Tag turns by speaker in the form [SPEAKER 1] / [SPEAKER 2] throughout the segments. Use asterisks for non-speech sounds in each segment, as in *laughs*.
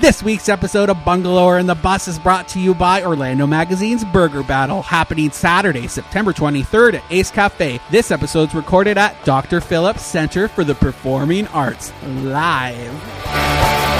[SPEAKER 1] This week's episode of Bungalower and the Bus is brought to you by Orlando Magazine's Burger Battle, happening Saturday, September 23rd at Ace Cafe. This episode's recorded at Dr. Phillips Center for the Performing Arts, live.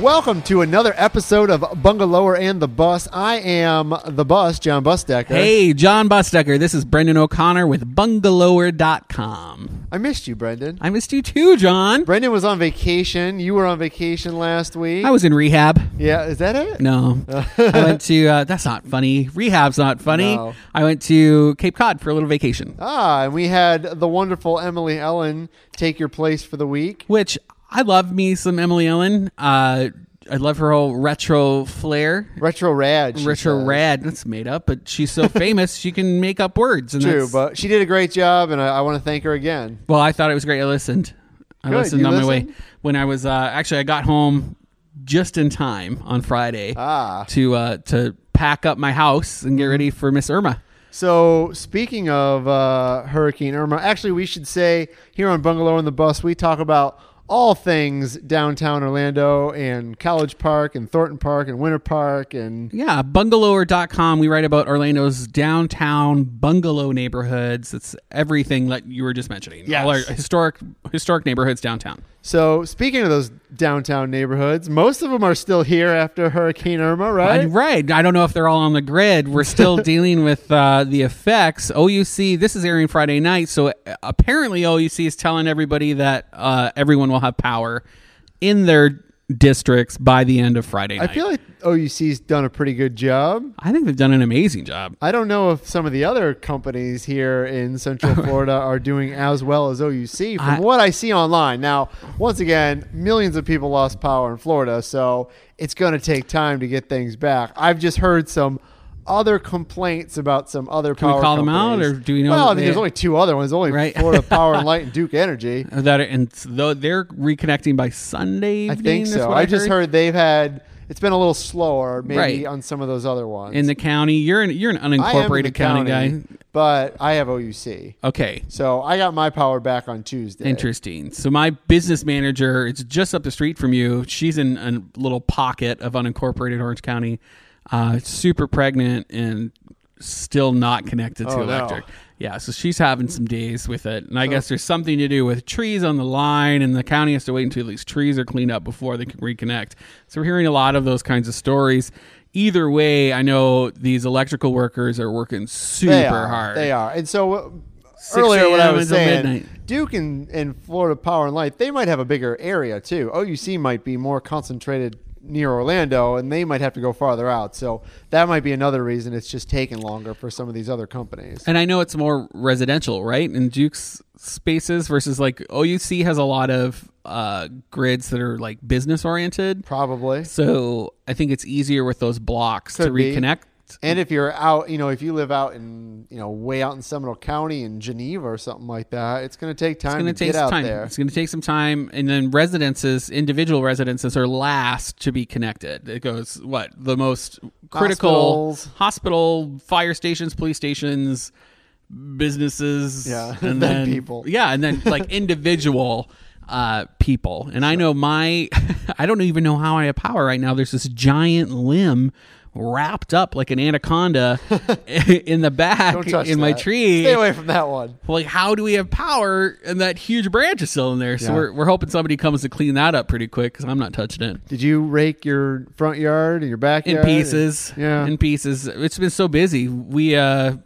[SPEAKER 2] Welcome to another episode of Bungalower and the Bus. I am the bus, John Busdecker.
[SPEAKER 1] Hey, John Busdecker, this is Brendan O'Connor with Bungalower.com.
[SPEAKER 2] I missed you, Brendan.
[SPEAKER 1] I missed you too, John.
[SPEAKER 2] Brendan was on vacation. You were on vacation last week.
[SPEAKER 1] I was in rehab.
[SPEAKER 2] yeah, is that it?
[SPEAKER 1] No. I went to, uh, that's not funny. Rehab's not funny.
[SPEAKER 2] No.
[SPEAKER 1] I went to Cape Cod for a little vacation,
[SPEAKER 2] Ah, and we had the wonderful Emily Ellen take your place for the week.
[SPEAKER 1] which I love me some Emily Ellen. Uh, I love her whole retro flair.
[SPEAKER 2] Retro Rad. she
[SPEAKER 1] Retro
[SPEAKER 2] says.
[SPEAKER 1] rad. That's made up, but she's
[SPEAKER 2] *laughs*
[SPEAKER 1] so famous, she can make up words. And
[SPEAKER 2] True,
[SPEAKER 1] that's-
[SPEAKER 2] but she did a great job, and I, I want to thank her again.
[SPEAKER 1] Well, I thought it was great. I listened. I
[SPEAKER 2] Good.
[SPEAKER 1] listened
[SPEAKER 2] You
[SPEAKER 1] on my way
[SPEAKER 2] listened?
[SPEAKER 1] when I was uh, actually I got home just in time on Friday
[SPEAKER 2] Ah. Mm-hmm.
[SPEAKER 1] to uh, to pack up my house and get ready for Miss Irma.
[SPEAKER 2] So, speaking of uh, Hurricane Irma, actually, we should say here on Bungalow on the Bus, we talk about all things downtown Orlando and College Park and Thornton Park and Winter Park. And
[SPEAKER 1] Yeah, bungalower.com. We write about Orlando's downtown bungalow neighborhoods. It's everything that you were just mentioning.
[SPEAKER 2] Yes.
[SPEAKER 1] All our historic historic neighborhoods downtown.
[SPEAKER 2] so, speaking of those downtown neighborhoods, most of them are still here after Hurricane Irma, right?
[SPEAKER 1] And right. I don't know if they're all on the grid. We're
[SPEAKER 2] *laughs*
[SPEAKER 1] still dealing with uh, the effects. OUC, this is airing Friday night. So uh, apparently, OUC is telling everybody that uh, everyone will have power in their districts by the end of Friday
[SPEAKER 2] I
[SPEAKER 1] night.
[SPEAKER 2] feel like OUC's done a pretty good job.
[SPEAKER 1] I think they've done an amazing job.
[SPEAKER 2] I don't know if some of the other companies here
[SPEAKER 1] *laughs*
[SPEAKER 2] in Central Florida are doing as well as OUC from
[SPEAKER 1] I-
[SPEAKER 2] what I see online. Now, once again, millions of people lost power in Florida, so it's going to take time to get things back. I've just heard some other complaints about some other
[SPEAKER 1] we
[SPEAKER 2] power
[SPEAKER 1] call them out,
[SPEAKER 2] companies.
[SPEAKER 1] or do we know
[SPEAKER 2] Well, I
[SPEAKER 1] that
[SPEAKER 2] think
[SPEAKER 1] they-
[SPEAKER 2] there's only two other ones, only
[SPEAKER 1] Right.
[SPEAKER 2] Florida
[SPEAKER 1] *laughs*
[SPEAKER 2] Power and Light and Duke Energy.
[SPEAKER 1] That and though they're reconnecting by Sunday
[SPEAKER 2] I
[SPEAKER 1] evening.
[SPEAKER 2] think
[SPEAKER 1] is
[SPEAKER 2] so.
[SPEAKER 1] what
[SPEAKER 2] I, just heard they've had it's been a little slower maybe
[SPEAKER 1] Right.
[SPEAKER 2] on some of those other ones.
[SPEAKER 1] in the county. You're an you're an
[SPEAKER 2] I am in the
[SPEAKER 1] unincorporated county,
[SPEAKER 2] county, but I have OUC.
[SPEAKER 1] guy. Okay.
[SPEAKER 2] So I got my power back on Tuesday.
[SPEAKER 1] Interesting. So my business manager, it's just up the street from you. She's in a little pocket of unincorporated Orange County, uh, super pregnant and still not connected to
[SPEAKER 2] Oh, no.
[SPEAKER 1] electric. Yeah, so she's having some days with it, and I guess there's something to do with trees on the line, and the county has to wait until these trees are cleaned up before they can reconnect. So we're hearing a lot of those kinds of stories. Either way, I know these electrical workers are working super
[SPEAKER 2] They are.
[SPEAKER 1] hard.
[SPEAKER 2] They are. And so uh,
[SPEAKER 1] 6
[SPEAKER 2] earlier, what I
[SPEAKER 1] a.m.
[SPEAKER 2] was
[SPEAKER 1] until
[SPEAKER 2] saying,
[SPEAKER 1] midnight.
[SPEAKER 2] Duke and, and Florida Power and Light, they might have a bigger area too. OUC might be more concentrated near Orlando, and they might have to go farther out. So that might be another reason it's just taking longer for some of these other companies.
[SPEAKER 1] And I know it's more residential, right? In Duke's spaces versus like OUC has a lot of uh, grids that are like business oriented.
[SPEAKER 2] Probably.
[SPEAKER 1] So I think it's easier with those blocks to
[SPEAKER 2] Could be.
[SPEAKER 1] reconnect.
[SPEAKER 2] And if you're out, you know, if you live out in, you know, way out in Seminole County in Geneva or something like that, it's going to take
[SPEAKER 1] It's
[SPEAKER 2] time
[SPEAKER 1] going
[SPEAKER 2] to
[SPEAKER 1] to take
[SPEAKER 2] get out
[SPEAKER 1] some time.
[SPEAKER 2] there.
[SPEAKER 1] It's going to take some time, and then residences, individual residences, are last to be connected. It goes what the most critical
[SPEAKER 2] Hospitals.
[SPEAKER 1] hospital, fire stations, police stations, businesses,
[SPEAKER 2] Yeah, *laughs* then people.
[SPEAKER 1] yeah, and then like
[SPEAKER 2] *laughs*
[SPEAKER 1] individual uh, people. And I know my, *laughs* I don't even know how I have power right now. There's this giant limb wrapped up like an
[SPEAKER 2] *laughs*
[SPEAKER 1] anaconda *laughs* in the back
[SPEAKER 2] Don't
[SPEAKER 1] *laughs*
[SPEAKER 2] touch
[SPEAKER 1] in my
[SPEAKER 2] that.
[SPEAKER 1] tree
[SPEAKER 2] Stay away from that one.
[SPEAKER 1] like how do we have power and that huge branch is still in there so
[SPEAKER 2] Yeah.
[SPEAKER 1] we're, we're hoping somebody comes to clean that up pretty quick because i'm not touching it
[SPEAKER 2] Did you rake your front yard and your
[SPEAKER 1] in
[SPEAKER 2] backyard
[SPEAKER 1] pieces
[SPEAKER 2] Yeah.
[SPEAKER 1] in pieces it's been so busy we uh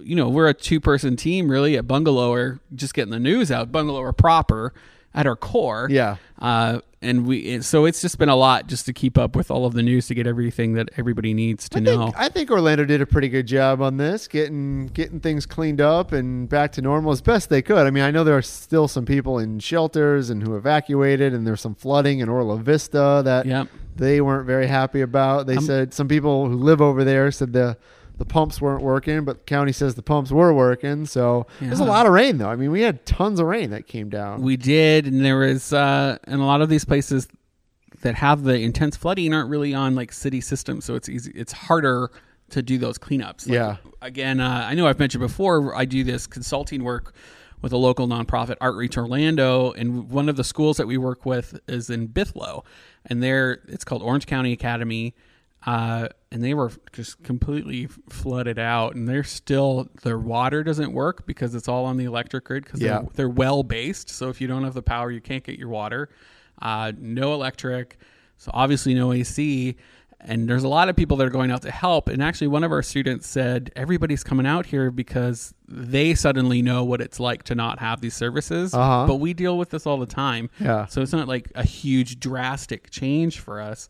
[SPEAKER 1] you know we're a two person team really at bungalower just getting the news out bungalower proper at our core
[SPEAKER 2] Yeah.
[SPEAKER 1] uh and we and so it's just been a lot just to keep up with all of the news to get everything that everybody needs to
[SPEAKER 2] I
[SPEAKER 1] know
[SPEAKER 2] think, I think Orlando did a pretty good job on this, getting getting things cleaned up and back to normal as best they could. I mean, I know there are still some people in shelters and who evacuated, and there's some flooding in Orla Vista that
[SPEAKER 1] Yep. Um,
[SPEAKER 2] they weren't very happy about. They said some people who live over there said the the pumps weren't working, but the county says the pumps were working. So there's a
[SPEAKER 1] Yeah.
[SPEAKER 2] lot of rain, though. I mean, we had tons of rain that came down.
[SPEAKER 1] We did, and there was, uh, and a lot of these places that have the intense flooding aren't really on like city systems, so it's easy, it's harder to do those cleanups. Like,
[SPEAKER 2] Yeah.
[SPEAKER 1] Again, uh, I know I've mentioned before, I do this consulting work with a local nonprofit, Outreach Orlando, and one of the schools that we work with is in Bithlow, and there it's called Orange County Academy, uh, and they were just completely flooded out, and they're still their water doesn't work because it's all on the electric grid because
[SPEAKER 2] Yeah.
[SPEAKER 1] they're, they're well based. So if you don't have the power, you can't get your water. Uh, no electric, so obviously no AC. And there's a lot of people that are going out to help. And actually, one of our students said everybody's coming out here because they suddenly know what it's like to not have these services.
[SPEAKER 2] Uh-huh.
[SPEAKER 1] But we deal with this all the time.
[SPEAKER 2] Yeah.
[SPEAKER 1] So it's not like a huge drastic change for us.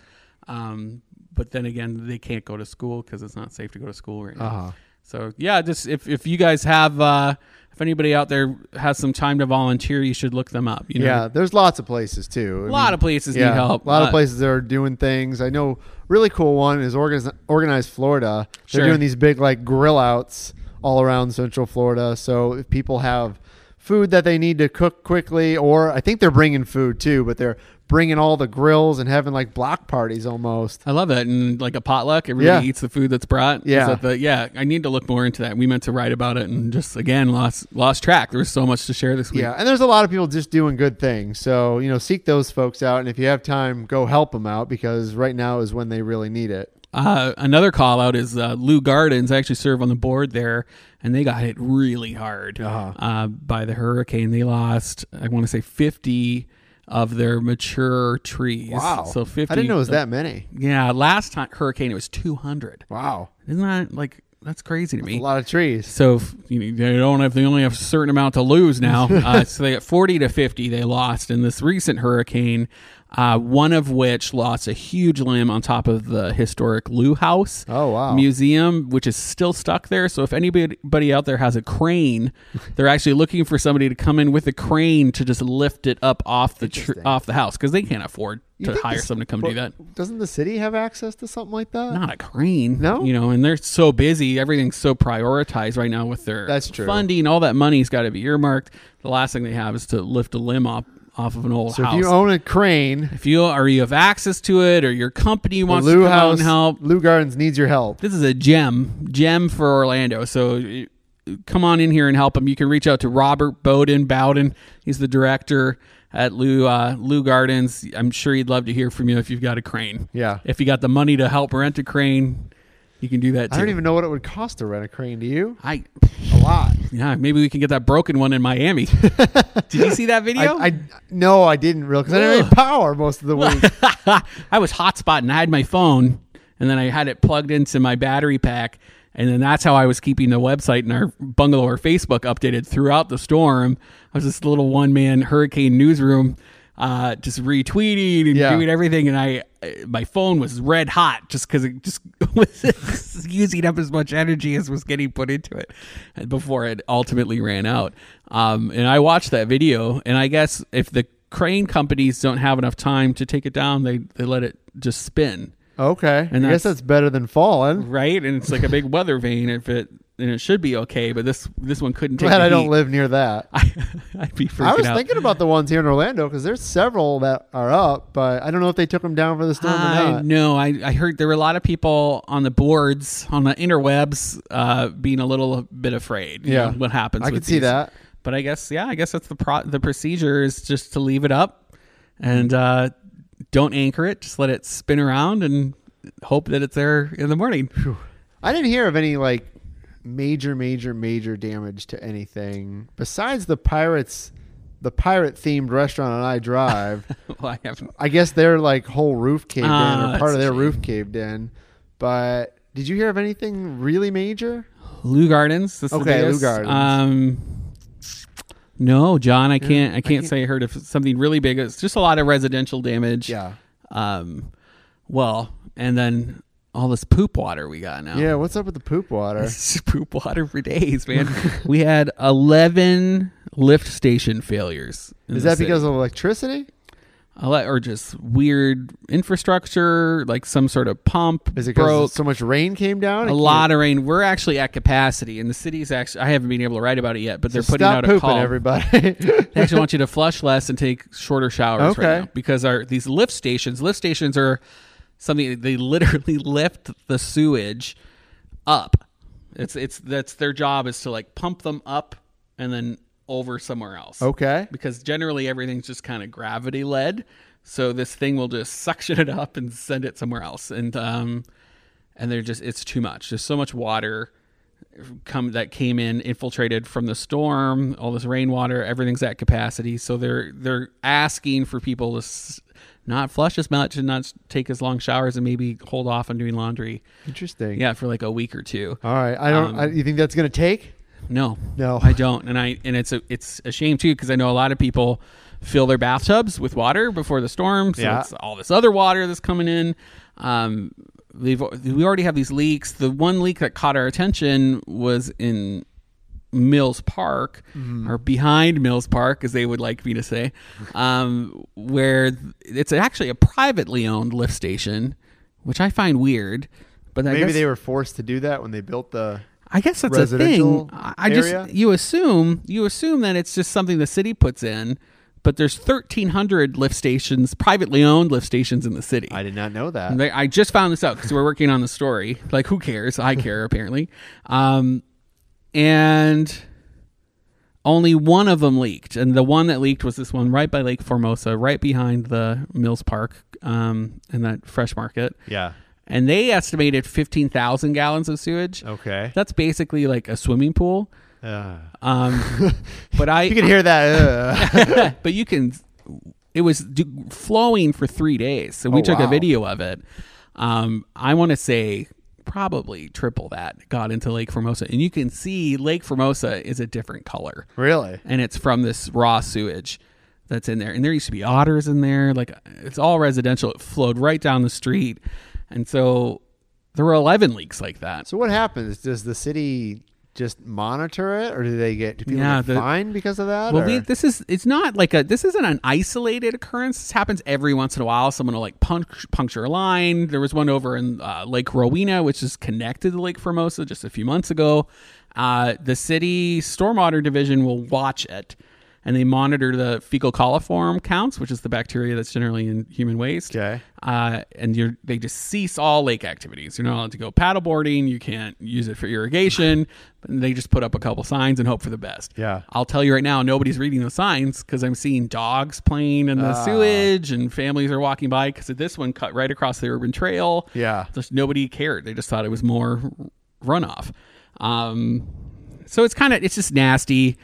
[SPEAKER 1] Um, but then again, they can't go to school because it's not safe to go to school right now.
[SPEAKER 2] Uh-huh.
[SPEAKER 1] So yeah, just if, if you guys have uh, if anybody out there has some time to volunteer, you should look them up. You know,
[SPEAKER 2] Yeah, there's lots of places too.
[SPEAKER 1] a lot of places need help.
[SPEAKER 2] A lot
[SPEAKER 1] Uh,
[SPEAKER 2] of places that are doing things. I know really cool one is Organiz- Organized Florida. They're
[SPEAKER 1] Sure.
[SPEAKER 2] doing these big like grill outs all around Central Florida. So if people have food that they need to cook quickly, or I think they're bringing food too, but they're bringing all the grills and having like block parties almost.
[SPEAKER 1] I love that. And like a potluck, everybody
[SPEAKER 2] Yeah.
[SPEAKER 1] eats the food that's brought. Is
[SPEAKER 2] Yeah.
[SPEAKER 1] that the- yeah. I need to look more into that. We meant to write about it and just again lost lost track. There was so much to share this week.
[SPEAKER 2] Yeah, and there's a lot of people just doing good things. So you know, seek those folks out, and if you have time, go help them out because right now is when they really need it.
[SPEAKER 1] Uh, another call out is uh, Lou Gardens. I actually serve on the board there, and they got hit really hard
[SPEAKER 2] Uh-huh.
[SPEAKER 1] uh, by the hurricane. They lost, I want to say, 50 of their mature trees. So uh, 50.
[SPEAKER 2] I didn't know it was that many.
[SPEAKER 1] Yeah. Last time, hurricane, it was 200.
[SPEAKER 2] Wow,
[SPEAKER 1] Isn't that like, that's crazy to
[SPEAKER 2] a
[SPEAKER 1] me.
[SPEAKER 2] lot of trees.
[SPEAKER 1] So if, you know, they don't have they only have a certain amount to lose now.
[SPEAKER 2] *laughs*
[SPEAKER 1] uh, so they got forty to fifty they lost in this recent hurricane, uh, one of which lost a huge limb on top of the historic Lou House
[SPEAKER 2] Oh, wow.
[SPEAKER 1] museum, which is still stuck there. So if anybody anybody out there has a
[SPEAKER 2] *laughs*
[SPEAKER 1] crane, they're actually looking for somebody to come in with a crane to just lift it up off the tr-
[SPEAKER 2] Interesting.
[SPEAKER 1] off the house because they can't afford to
[SPEAKER 2] think
[SPEAKER 1] hire
[SPEAKER 2] this-
[SPEAKER 1] someone to come
[SPEAKER 2] but
[SPEAKER 1] do that.
[SPEAKER 2] Doesn't the city have access to something like that?
[SPEAKER 1] Not a crane.
[SPEAKER 2] No?
[SPEAKER 1] You know, and they're so busy. Everything's so prioritized right now with their
[SPEAKER 2] That's true.
[SPEAKER 1] funding. All that money's got to be earmarked. The last thing they have is to lift a limb off, off of an old
[SPEAKER 2] so
[SPEAKER 1] house.
[SPEAKER 2] if you own a crane,
[SPEAKER 1] if you or you have access to it or your company
[SPEAKER 2] the
[SPEAKER 1] wants to
[SPEAKER 2] Lou
[SPEAKER 1] come out
[SPEAKER 2] House,
[SPEAKER 1] and help,
[SPEAKER 2] Lou Gardens needs your help.
[SPEAKER 1] this is a gem, gem for Orlando. So uh, come on in here and help them. You can reach out to Robert Bowden. Bowden, he's the director at Lou uh, Lou Gardens. I'm sure he'd love to hear from you if you've got a crane.
[SPEAKER 2] Yeah.
[SPEAKER 1] If you got the money to help rent a crane, you can do that too.
[SPEAKER 2] I don't even know what it would cost to rent a crane. Do you?
[SPEAKER 1] I
[SPEAKER 2] A
[SPEAKER 1] *laughs*
[SPEAKER 2] lot.
[SPEAKER 1] yeah, maybe we can get that broken one in
[SPEAKER 2] *laughs*
[SPEAKER 1] Miami. Did you see that
[SPEAKER 2] I,
[SPEAKER 1] video?
[SPEAKER 2] I no, I didn't real because I didn't have any power most of the week.
[SPEAKER 1] *laughs* I, was hotspotting. I had my phone, and then I had it plugged into my battery pack, and then that's how I was keeping the website and our bungalow or Facebook updated throughout the storm. I was this little one man hurricane newsroom, uh, just retweeting and
[SPEAKER 2] Yeah.
[SPEAKER 1] doing everything, and I uh, my phone was red hot just because it just *laughs* was *laughs* using up as much energy as was getting put into it before it ultimately ran out. Um, and I watched that video, and I guess if the crane companies don't have enough time to take it down, they they let it just spin,
[SPEAKER 2] Okay,
[SPEAKER 1] *laughs* And
[SPEAKER 2] I guess
[SPEAKER 1] that's-
[SPEAKER 2] that's better than falling.
[SPEAKER 1] right? And it's like a *laughs* big weather vane. If it and it should be okay, but this this one couldn't take.
[SPEAKER 2] Glad
[SPEAKER 1] the
[SPEAKER 2] I don't
[SPEAKER 1] heat.
[SPEAKER 2] live near that.
[SPEAKER 1] *laughs* I'd be freaking
[SPEAKER 2] I was
[SPEAKER 1] out.
[SPEAKER 2] thinking about the ones here in Orlando because there's several that are up, but I don't know if they took them down for the storm or
[SPEAKER 1] I
[SPEAKER 2] not.
[SPEAKER 1] know. I, I heard there were a lot of people on the boards, on the interwebs, uh, being a little bit afraid. you
[SPEAKER 2] Yeah.
[SPEAKER 1] know, what happens?
[SPEAKER 2] I
[SPEAKER 1] with
[SPEAKER 2] could see
[SPEAKER 1] these.
[SPEAKER 2] that.
[SPEAKER 1] But I guess, yeah, I guess that's the pro- the procedure is just to leave it up and uh, don't anchor it. Just let it spin around and hope that it's there in the morning.
[SPEAKER 2] I didn't hear of any like major, major, major damage to anything besides the pirates, the pirate themed restaurant on I Drive.
[SPEAKER 1] *laughs* *laughs* well, I haven't.
[SPEAKER 2] I guess their like whole roof caved
[SPEAKER 1] Ah,
[SPEAKER 2] in, or part
[SPEAKER 1] that's
[SPEAKER 2] of their
[SPEAKER 1] a
[SPEAKER 2] roof caved in. But did you hear of anything really major?
[SPEAKER 1] Lou Gardens. That's the
[SPEAKER 2] Okay, Lou
[SPEAKER 1] biggest.
[SPEAKER 2] Gardens.
[SPEAKER 1] Um, no, John, I can't. I can't say I heard of something really big. It's just a lot of residential damage.
[SPEAKER 2] Yeah,
[SPEAKER 1] Um, well, and then all this poop water we got now. *laughs*
[SPEAKER 2] yeah. What's up with the poop water?
[SPEAKER 1] It's just poop water for days,
[SPEAKER 2] *laughs*
[SPEAKER 1] man. we had eleven lift station failures. in
[SPEAKER 2] Is
[SPEAKER 1] the
[SPEAKER 2] that
[SPEAKER 1] city.
[SPEAKER 2] because of electricity?
[SPEAKER 1] Ele- or just weird infrastructure, like some sort of pump
[SPEAKER 2] Is it
[SPEAKER 1] broke?
[SPEAKER 2] because so much rain came down?
[SPEAKER 1] A lot of rain. We're actually at capacity, and the city's actually. I haven't been able to write about it yet, but they're putting
[SPEAKER 2] Stop
[SPEAKER 1] out a
[SPEAKER 2] pooping,
[SPEAKER 1] call.
[SPEAKER 2] everybody.
[SPEAKER 1] *laughs* They actually want you to flush less and take shorter showers
[SPEAKER 2] Okay.
[SPEAKER 1] right now because our these lift stations, lift stations are something they literally *laughs* lift the sewage up. It's it's that's their job is to like pump them up and then over somewhere else.
[SPEAKER 2] Okay.
[SPEAKER 1] Because generally everything's just kind of gravity led. So this thing will just suction it up and send it somewhere else. And um and they're just it's too much. There's so much water come that came in infiltrated from the storm, all this rainwater, everything's at capacity. So they're they're asking for people to s- not flush as much and not s- take as long showers and maybe hold off on doing laundry.
[SPEAKER 2] Interesting.
[SPEAKER 1] Yeah, for like a week or two.
[SPEAKER 2] All right. I don't. I, you think that's gonna take?
[SPEAKER 1] No,
[SPEAKER 2] No.
[SPEAKER 1] *laughs* I don't. And I and it's a it's a shame too because I know a lot of people fill their bathtubs with water before the storm. So
[SPEAKER 2] Yeah.
[SPEAKER 1] it's all this other water that's coming in. Um, they've we already have these leaks. The one leak that caught our attention was in Mills Park
[SPEAKER 2] Mm-hmm.
[SPEAKER 1] or behind Mills Park, as they would like me to say, um, where th- it's actually a privately owned lift station, which I find weird. But I
[SPEAKER 2] Maybe
[SPEAKER 1] guess,
[SPEAKER 2] they were forced to do that when they built the.
[SPEAKER 1] I guess that's a
[SPEAKER 2] residential
[SPEAKER 1] thing. I I just
[SPEAKER 2] area?
[SPEAKER 1] you assume you assume that it's just something the city puts in, but there's 1,300 lift stations, privately owned lift stations in the city.
[SPEAKER 2] I did not know that.
[SPEAKER 1] And they- I just found this out because we're working on the story. Like, who cares?
[SPEAKER 2] *laughs*
[SPEAKER 1] I care apparently. Um, and only one of them leaked, and the one that leaked was this one right by Lake Formosa, right behind the Mills Park um, and that Fresh Market.
[SPEAKER 2] Yeah.
[SPEAKER 1] And they estimated 15,000 gallons of sewage.
[SPEAKER 2] Okay.
[SPEAKER 1] That's basically like a swimming pool.
[SPEAKER 2] Uh,
[SPEAKER 1] Um,
[SPEAKER 2] *laughs*
[SPEAKER 1] but
[SPEAKER 2] you
[SPEAKER 1] I,
[SPEAKER 2] can hear that. uh. *laughs*
[SPEAKER 1] *laughs* but you can. It was do, flowing for three days, so we
[SPEAKER 2] Oh,
[SPEAKER 1] took a
[SPEAKER 2] wow.
[SPEAKER 1] video of it. Um, I want to say probably triple that got into Lake Formosa, and you can see Lake Formosa is a different color,
[SPEAKER 2] really?
[SPEAKER 1] and it's from this raw sewage that's in there. And there used to be otters in there. Like it's all residential. It flowed right down the street, and so there were eleven leaks like that.
[SPEAKER 2] So what happens? Does the city just monitor it, or do they get do people
[SPEAKER 1] Yeah,
[SPEAKER 2] get
[SPEAKER 1] the-
[SPEAKER 2] fined because of that?
[SPEAKER 1] Well,
[SPEAKER 2] or-
[SPEAKER 1] we, this is it's not like a this isn't an isolated occurrence. This happens every once in a while. Someone will like punch, puncture a line. There was one over in uh, Lake Rowena, which is connected to Lake Formosa, just a few months ago. Uh, the city stormwater division will watch it, and they monitor the fecal coliform counts, which is the bacteria that's generally in human waste
[SPEAKER 2] okay.
[SPEAKER 1] uh, and you're they just cease all lake activities. You're not allowed to go paddleboarding. You can't use it for irrigation. *laughs* And they just put up a couple signs and hope for the best.
[SPEAKER 2] Yeah.
[SPEAKER 1] I'll tell you right now, nobody's reading the signs because I'm seeing dogs playing in the
[SPEAKER 2] Ah.
[SPEAKER 1] sewage and families are walking by because this one cut right across the urban trail.
[SPEAKER 2] Yeah.
[SPEAKER 1] Just nobody cared. They just thought it was more runoff. Um, so it's kind of it's just nasty.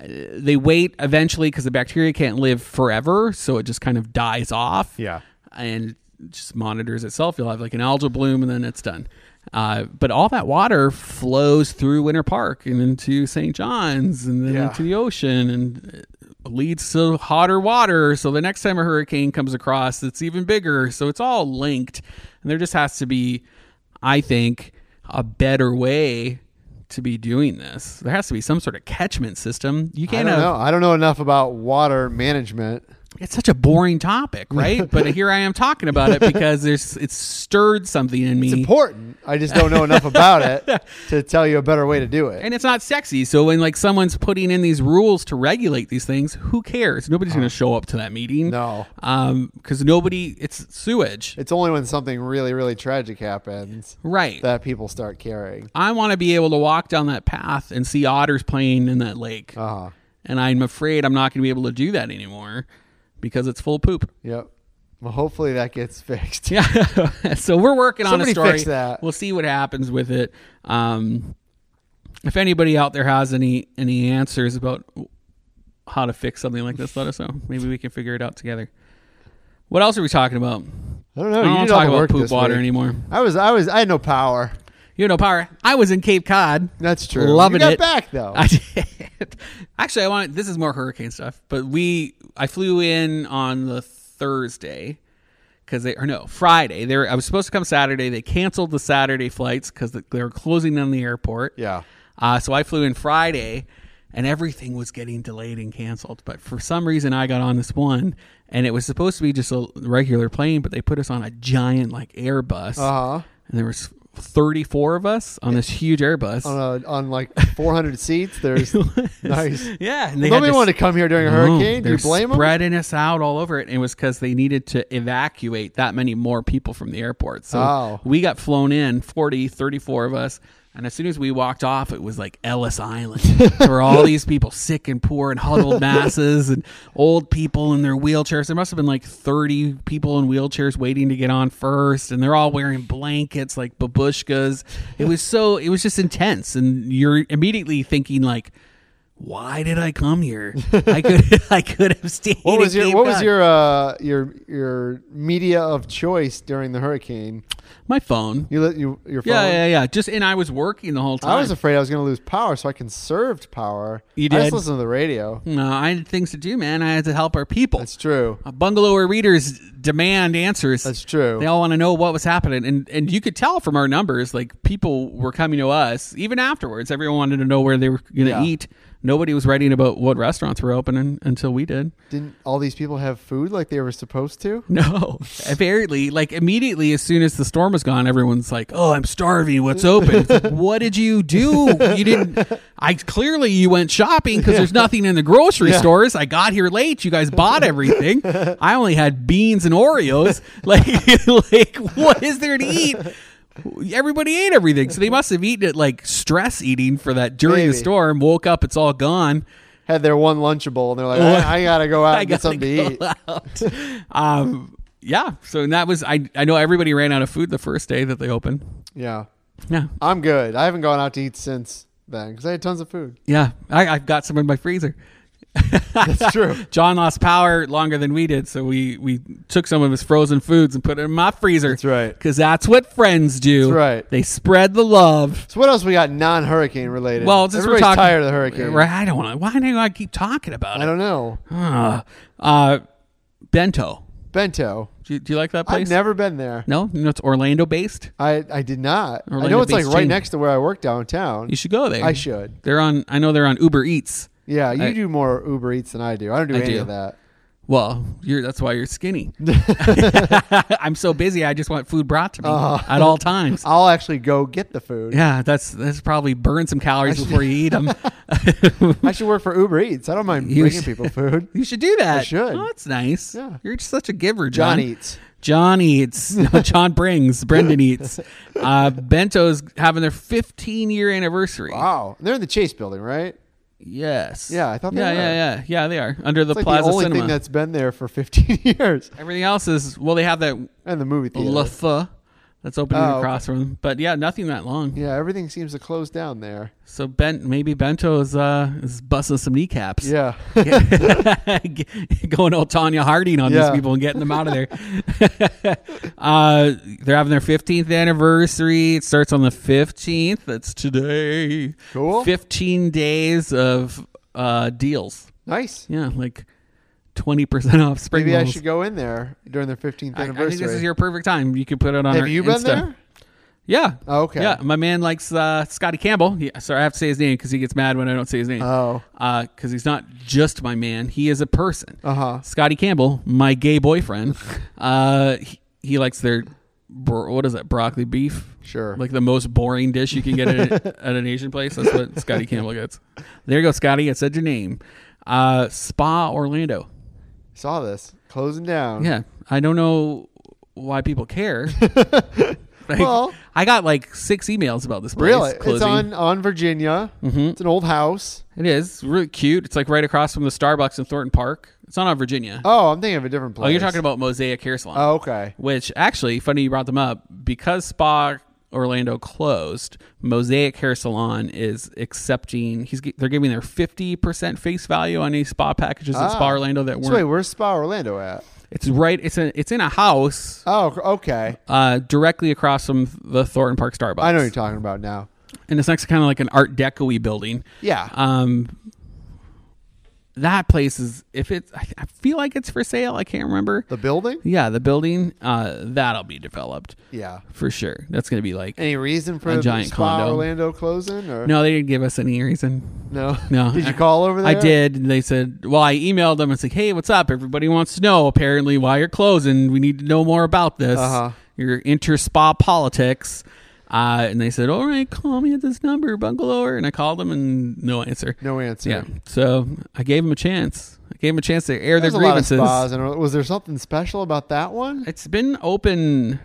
[SPEAKER 1] Uh, They wait eventually because the bacteria can't live forever, so it just kind of dies off
[SPEAKER 2] Yeah.
[SPEAKER 1] and just monitors itself. You'll have like an algal bloom, and then it's done. Uh, but all that water flows through Winter Park and into St. John's and then
[SPEAKER 2] Yeah.
[SPEAKER 1] into the ocean and uh, leads to hotter water. So the next time a hurricane comes across, it's even bigger. So it's all linked. And there just has to be, I think, a better way to be doing this. There has to be some sort of catchment system. You
[SPEAKER 2] I
[SPEAKER 1] can't
[SPEAKER 2] don't
[SPEAKER 1] have
[SPEAKER 2] know. I don't know enough about water management.
[SPEAKER 1] it's such a boring topic, right?
[SPEAKER 2] *laughs*
[SPEAKER 1] but here I am talking about it because there's it's stirred something in me.
[SPEAKER 2] It's important. I just don't know enough about
[SPEAKER 1] *laughs*
[SPEAKER 2] it to tell you a better way to do it.
[SPEAKER 1] and it's not sexy. So when like someone's putting in these rules to regulate these things, who cares? Nobody's going to show up to that meeting.
[SPEAKER 2] Uh-huh. No.
[SPEAKER 1] Um cuz nobody it's sewage.
[SPEAKER 2] It's only when something really, really tragic happens
[SPEAKER 1] right.
[SPEAKER 2] that people start caring.
[SPEAKER 1] I want to be able to walk down that path and see otters playing in that lake.
[SPEAKER 2] Uh huh.
[SPEAKER 1] and I'm afraid I'm not going to be able to do that anymore because it's full of poop.
[SPEAKER 2] Yep. Well, hopefully that gets *laughs* fixed.
[SPEAKER 1] Yeah. *laughs* so we're working on
[SPEAKER 2] Somebody
[SPEAKER 1] a story.
[SPEAKER 2] fix that.
[SPEAKER 1] We'll see what happens with it. Um, if anybody out there has any any answers about how to fix something like this, let us know. Maybe we can figure it out together. What else are we talking about?
[SPEAKER 2] I don't know.
[SPEAKER 1] I
[SPEAKER 2] Oh, you
[SPEAKER 1] don't want to
[SPEAKER 2] did all
[SPEAKER 1] talk
[SPEAKER 2] the
[SPEAKER 1] about
[SPEAKER 2] work
[SPEAKER 1] poop
[SPEAKER 2] this
[SPEAKER 1] water
[SPEAKER 2] week.
[SPEAKER 1] anymore.
[SPEAKER 2] I was, I was, I had no power.
[SPEAKER 1] You know, power. I was in Cape Cod.
[SPEAKER 2] That's true.
[SPEAKER 1] Loving
[SPEAKER 2] you got
[SPEAKER 1] it.
[SPEAKER 2] back though.
[SPEAKER 1] I did. Actually, I wanted. This is more hurricane stuff, but we I flew in on the Thursday because they or no Friday. They were, I was supposed to come Saturday. They canceled the Saturday flights because they were closing down the airport.
[SPEAKER 2] yeah.
[SPEAKER 1] Uh, so I flew in Friday, and everything was getting delayed and canceled. But for some reason, I got on this one, and it was supposed to be just a regular plane, but they put us on a giant like Airbus,
[SPEAKER 2] Uh huh.
[SPEAKER 1] and there was. 34 of us on this huge Airbus.
[SPEAKER 2] On a, on like 400 seats.
[SPEAKER 1] *laughs*
[SPEAKER 2] There's nice.
[SPEAKER 1] Yeah, and they
[SPEAKER 2] Nobody
[SPEAKER 1] had
[SPEAKER 2] wanted to come here during a hurricane. Do you blame
[SPEAKER 1] them?
[SPEAKER 2] them?
[SPEAKER 1] Mm-hmm. Spreading us out all over it, and it was because they needed to evacuate that many more people from the airport. So
[SPEAKER 2] Oh.
[SPEAKER 1] we got flown in 40, 34 of us. And as soon as we walked off, it was like Ellis
[SPEAKER 2] *laughs*
[SPEAKER 1] Island. there were all these people, sick and poor, and huddled masses, and old people in their wheelchairs. There must have been like 30 people in wheelchairs waiting to get on first, and they're all wearing blankets like babushkas. It was so, it was just intense. And you're immediately thinking, like, why did I come here? I could, *laughs* I could have stayed.
[SPEAKER 2] What was
[SPEAKER 1] and
[SPEAKER 2] your
[SPEAKER 1] came
[SPEAKER 2] What was
[SPEAKER 1] back.
[SPEAKER 2] your uh, your your media of choice during the hurricane?
[SPEAKER 1] my phone?
[SPEAKER 2] You let you your phone.
[SPEAKER 1] Yeah, yeah, yeah. Just and I was working the whole time.
[SPEAKER 2] I was afraid I was going to lose power, so I conserved power.
[SPEAKER 1] You
[SPEAKER 2] I
[SPEAKER 1] did?
[SPEAKER 2] just listened to the radio.
[SPEAKER 1] no, I had things to do, man. I had to help our people.
[SPEAKER 2] That's true.
[SPEAKER 1] Uh, bungalower readers demand answers.
[SPEAKER 2] That's true.
[SPEAKER 1] They all want to know what was happening, and and you could tell from our numbers, like people were coming to us even afterwards. Everyone wanted to know where they were going to
[SPEAKER 2] Yeah.
[SPEAKER 1] eat. Nobody was writing about what restaurants were opening until we did.
[SPEAKER 2] Didn't all these people have food like they were supposed to? *laughs*
[SPEAKER 1] No, apparently, like immediately as soon as the storm was gone, everyone's like, "Oh, I'm starving. What's open? It's like, what did you do? You didn't. I clearly you went shopping because there's nothing in the grocery stores. I got here late. You guys bought everything. I only had beans and Oreos. *laughs* Like, like what is there to eat? Everybody ate everything, so they must have eaten it like stress eating for that during the
[SPEAKER 2] Maybe.
[SPEAKER 1] storm. Woke up, it's all gone.
[SPEAKER 2] Had their one lunchable, and they're like, I, I
[SPEAKER 1] *laughs*
[SPEAKER 2] gotta go out and get
[SPEAKER 1] gotta
[SPEAKER 2] something to eat.
[SPEAKER 1] go out. um, yeah. So that was I. I know everybody ran out of food the first day that they opened.
[SPEAKER 2] Yeah,
[SPEAKER 1] Yeah,
[SPEAKER 2] I'm good. I haven't gone out to eat since then because I had tons of food. *laughs*
[SPEAKER 1] yeah. I, I've got some in my freezer.
[SPEAKER 2] That's true.
[SPEAKER 1] John lost power longer than we did, so we we took some of his frozen foods and put it in my freezer.
[SPEAKER 2] That's right.
[SPEAKER 1] Because that's what friends do.
[SPEAKER 2] That's right.
[SPEAKER 1] They spread the love.
[SPEAKER 2] So what else we got non-hurricane related?
[SPEAKER 1] Well, since
[SPEAKER 2] everybody's
[SPEAKER 1] we're talking,
[SPEAKER 2] tired of the hurricane.
[SPEAKER 1] Right, I don't want to. Why do I keep talking about
[SPEAKER 2] I
[SPEAKER 1] it?
[SPEAKER 2] don't know.
[SPEAKER 1] Ugh. Uh, bento.
[SPEAKER 2] Bento.
[SPEAKER 1] Do you, do you like that place?
[SPEAKER 2] I've never been there.
[SPEAKER 1] no, you know it's Orlando based.
[SPEAKER 2] I I did not. I know it's
[SPEAKER 1] Orlando-based
[SPEAKER 2] like right
[SPEAKER 1] chain.
[SPEAKER 2] next to where I work downtown.
[SPEAKER 1] You should go there.
[SPEAKER 2] I should.
[SPEAKER 1] They're on. I know they're on Uber Eats.
[SPEAKER 2] Yeah, you
[SPEAKER 1] I-
[SPEAKER 2] do more Uber Eats than I do. I don't do
[SPEAKER 1] I
[SPEAKER 2] any
[SPEAKER 1] do.
[SPEAKER 2] of that.
[SPEAKER 1] Well, you're that's why you're
[SPEAKER 2] *laughs*
[SPEAKER 1] skinny. *laughs* I'm so busy. I just want food brought to me
[SPEAKER 2] Uh-huh.
[SPEAKER 1] at all times.
[SPEAKER 2] I'll actually go get the food.
[SPEAKER 1] Yeah, that's that's probably burn some calories before you eat
[SPEAKER 2] *laughs*
[SPEAKER 1] them.
[SPEAKER 2] I should work for Uber Eats. I don't mind
[SPEAKER 1] You
[SPEAKER 2] bringing
[SPEAKER 1] should. *laughs*
[SPEAKER 2] people food.
[SPEAKER 1] you should do that.
[SPEAKER 2] should.
[SPEAKER 1] Oh, that's nice.
[SPEAKER 2] Yeah.
[SPEAKER 1] You're just such a giver,
[SPEAKER 2] John
[SPEAKER 1] John.
[SPEAKER 2] Eats.
[SPEAKER 1] John
[SPEAKER 2] *laughs*
[SPEAKER 1] eats. No, John brings. Brendan eats. Uh, Bento's having their 15 year anniversary.
[SPEAKER 2] Wow, they're in the Chase Building, right?
[SPEAKER 1] Yes.
[SPEAKER 2] Yeah, I thought they
[SPEAKER 1] yeah,
[SPEAKER 2] were.
[SPEAKER 1] yeah, yeah, yeah. They are under the
[SPEAKER 2] It's like
[SPEAKER 1] Plaza
[SPEAKER 2] the only
[SPEAKER 1] Cinema.
[SPEAKER 2] thing that's been there for 15 *laughs* years,
[SPEAKER 1] Everything else is well. They have that
[SPEAKER 2] and the movie theater.
[SPEAKER 1] Lutha. That's opening
[SPEAKER 2] Oh,
[SPEAKER 1] across from them. But yeah, nothing that long.
[SPEAKER 2] yeah, everything seems to close
[SPEAKER 1] *laughs*
[SPEAKER 2] down there.
[SPEAKER 1] So Bent maybe Bento is uh is busting some kneecaps. *laughs*
[SPEAKER 2] Yeah,
[SPEAKER 1] Going old Tanya Harding on
[SPEAKER 2] Yeah.
[SPEAKER 1] these people and getting them out of there. *laughs* uh they're having their fifteenth anniversary. It starts on the fifteenth. That's today.
[SPEAKER 2] Cool.
[SPEAKER 1] Fifteen days of uh deals.
[SPEAKER 2] nice.
[SPEAKER 1] Yeah, like twenty percent off spring.
[SPEAKER 2] Maybe I
[SPEAKER 1] rolls.
[SPEAKER 2] should go in there during their 15th
[SPEAKER 1] I, I
[SPEAKER 2] anniversary.
[SPEAKER 1] think this is your perfect time. You could put it on
[SPEAKER 2] Have
[SPEAKER 1] our
[SPEAKER 2] you been
[SPEAKER 1] Insta.
[SPEAKER 2] there?
[SPEAKER 1] Yeah.
[SPEAKER 2] Oh, okay.
[SPEAKER 1] Yeah, my man likes uh, Scotty Campbell. Yeah, sorry, I have to say his name because he gets mad when I don't say his name.
[SPEAKER 2] Oh.
[SPEAKER 1] because Uh, he's not just my man; he is a person.
[SPEAKER 2] Uh huh.
[SPEAKER 1] Scotty Campbell, my gay boyfriend. *laughs* uh, he, he likes their bro- what is that broccoli beef?
[SPEAKER 2] Sure.
[SPEAKER 1] Like the most boring dish you can get
[SPEAKER 2] *laughs*
[SPEAKER 1] at, at an Asian place. That's what Scotty Campbell gets. There you go, Scotty. I said your name. Uh, Spa Orlando.
[SPEAKER 2] Saw this closing down.
[SPEAKER 1] Yeah, I don't know why people
[SPEAKER 2] *laughs*
[SPEAKER 1] care. Like,
[SPEAKER 2] Well-
[SPEAKER 1] I got like six emails about this place.
[SPEAKER 2] Really? It's
[SPEAKER 1] closing. Mm-hmm.
[SPEAKER 2] on on Virginia. It's an old house.
[SPEAKER 1] It is It's really cute. It's like right across from the Starbucks in Thornton Park. It's not on Virginia. Oh,
[SPEAKER 2] Oh, I'm thinking of a different place.
[SPEAKER 1] you're talking about Mosaic Hair Salon,
[SPEAKER 2] Oh, okay.
[SPEAKER 1] which actually, funny you brought them up because Spa Orlando closed. Mosaic Hair Salon is accepting. He's gi- they're giving their 50 percent face value on any spa packages at Spa
[SPEAKER 2] Ah.
[SPEAKER 1] Orlando that
[SPEAKER 2] So wait,
[SPEAKER 1] weren't.
[SPEAKER 2] where's Spa Orlando at?
[SPEAKER 1] It's right. It's a, It's in a house
[SPEAKER 2] Oh, okay.
[SPEAKER 1] uh, directly across from the Thornton Park Starbucks.
[SPEAKER 2] I know what you're talking about now.
[SPEAKER 1] and it's next to kind of like an Art Decoy building.
[SPEAKER 2] Yeah.
[SPEAKER 1] Um, that place is if it's I I feel like it's for sale. I can't remember.
[SPEAKER 2] the building?
[SPEAKER 1] Yeah, the building uh, that'll be developed
[SPEAKER 2] Yeah.
[SPEAKER 1] for sure. That's gonna be like
[SPEAKER 2] Any reason for
[SPEAKER 1] A
[SPEAKER 2] the
[SPEAKER 1] giant
[SPEAKER 2] Spa
[SPEAKER 1] condo.
[SPEAKER 2] Orlando closing or
[SPEAKER 1] no, they didn't give us any reason.
[SPEAKER 2] No.
[SPEAKER 1] No,
[SPEAKER 2] Did you call over there?
[SPEAKER 1] I did. And they said, well, I emailed them and said, hey, what's up? Everybody wants to know apparently why you're closing. We need to know more about this.
[SPEAKER 2] Uh-huh.
[SPEAKER 1] Your inter spa politics. Uh, and they said, all right, call me at this number, bungalower. And I called them and no answer.
[SPEAKER 2] No answer.
[SPEAKER 1] Yeah. So I gave them a chance. I gave them a chance to air
[SPEAKER 2] There's a
[SPEAKER 1] their
[SPEAKER 2] lot of
[SPEAKER 1] grievances. *sighs*
[SPEAKER 2] spas, and was there something special about that one?
[SPEAKER 1] It's been open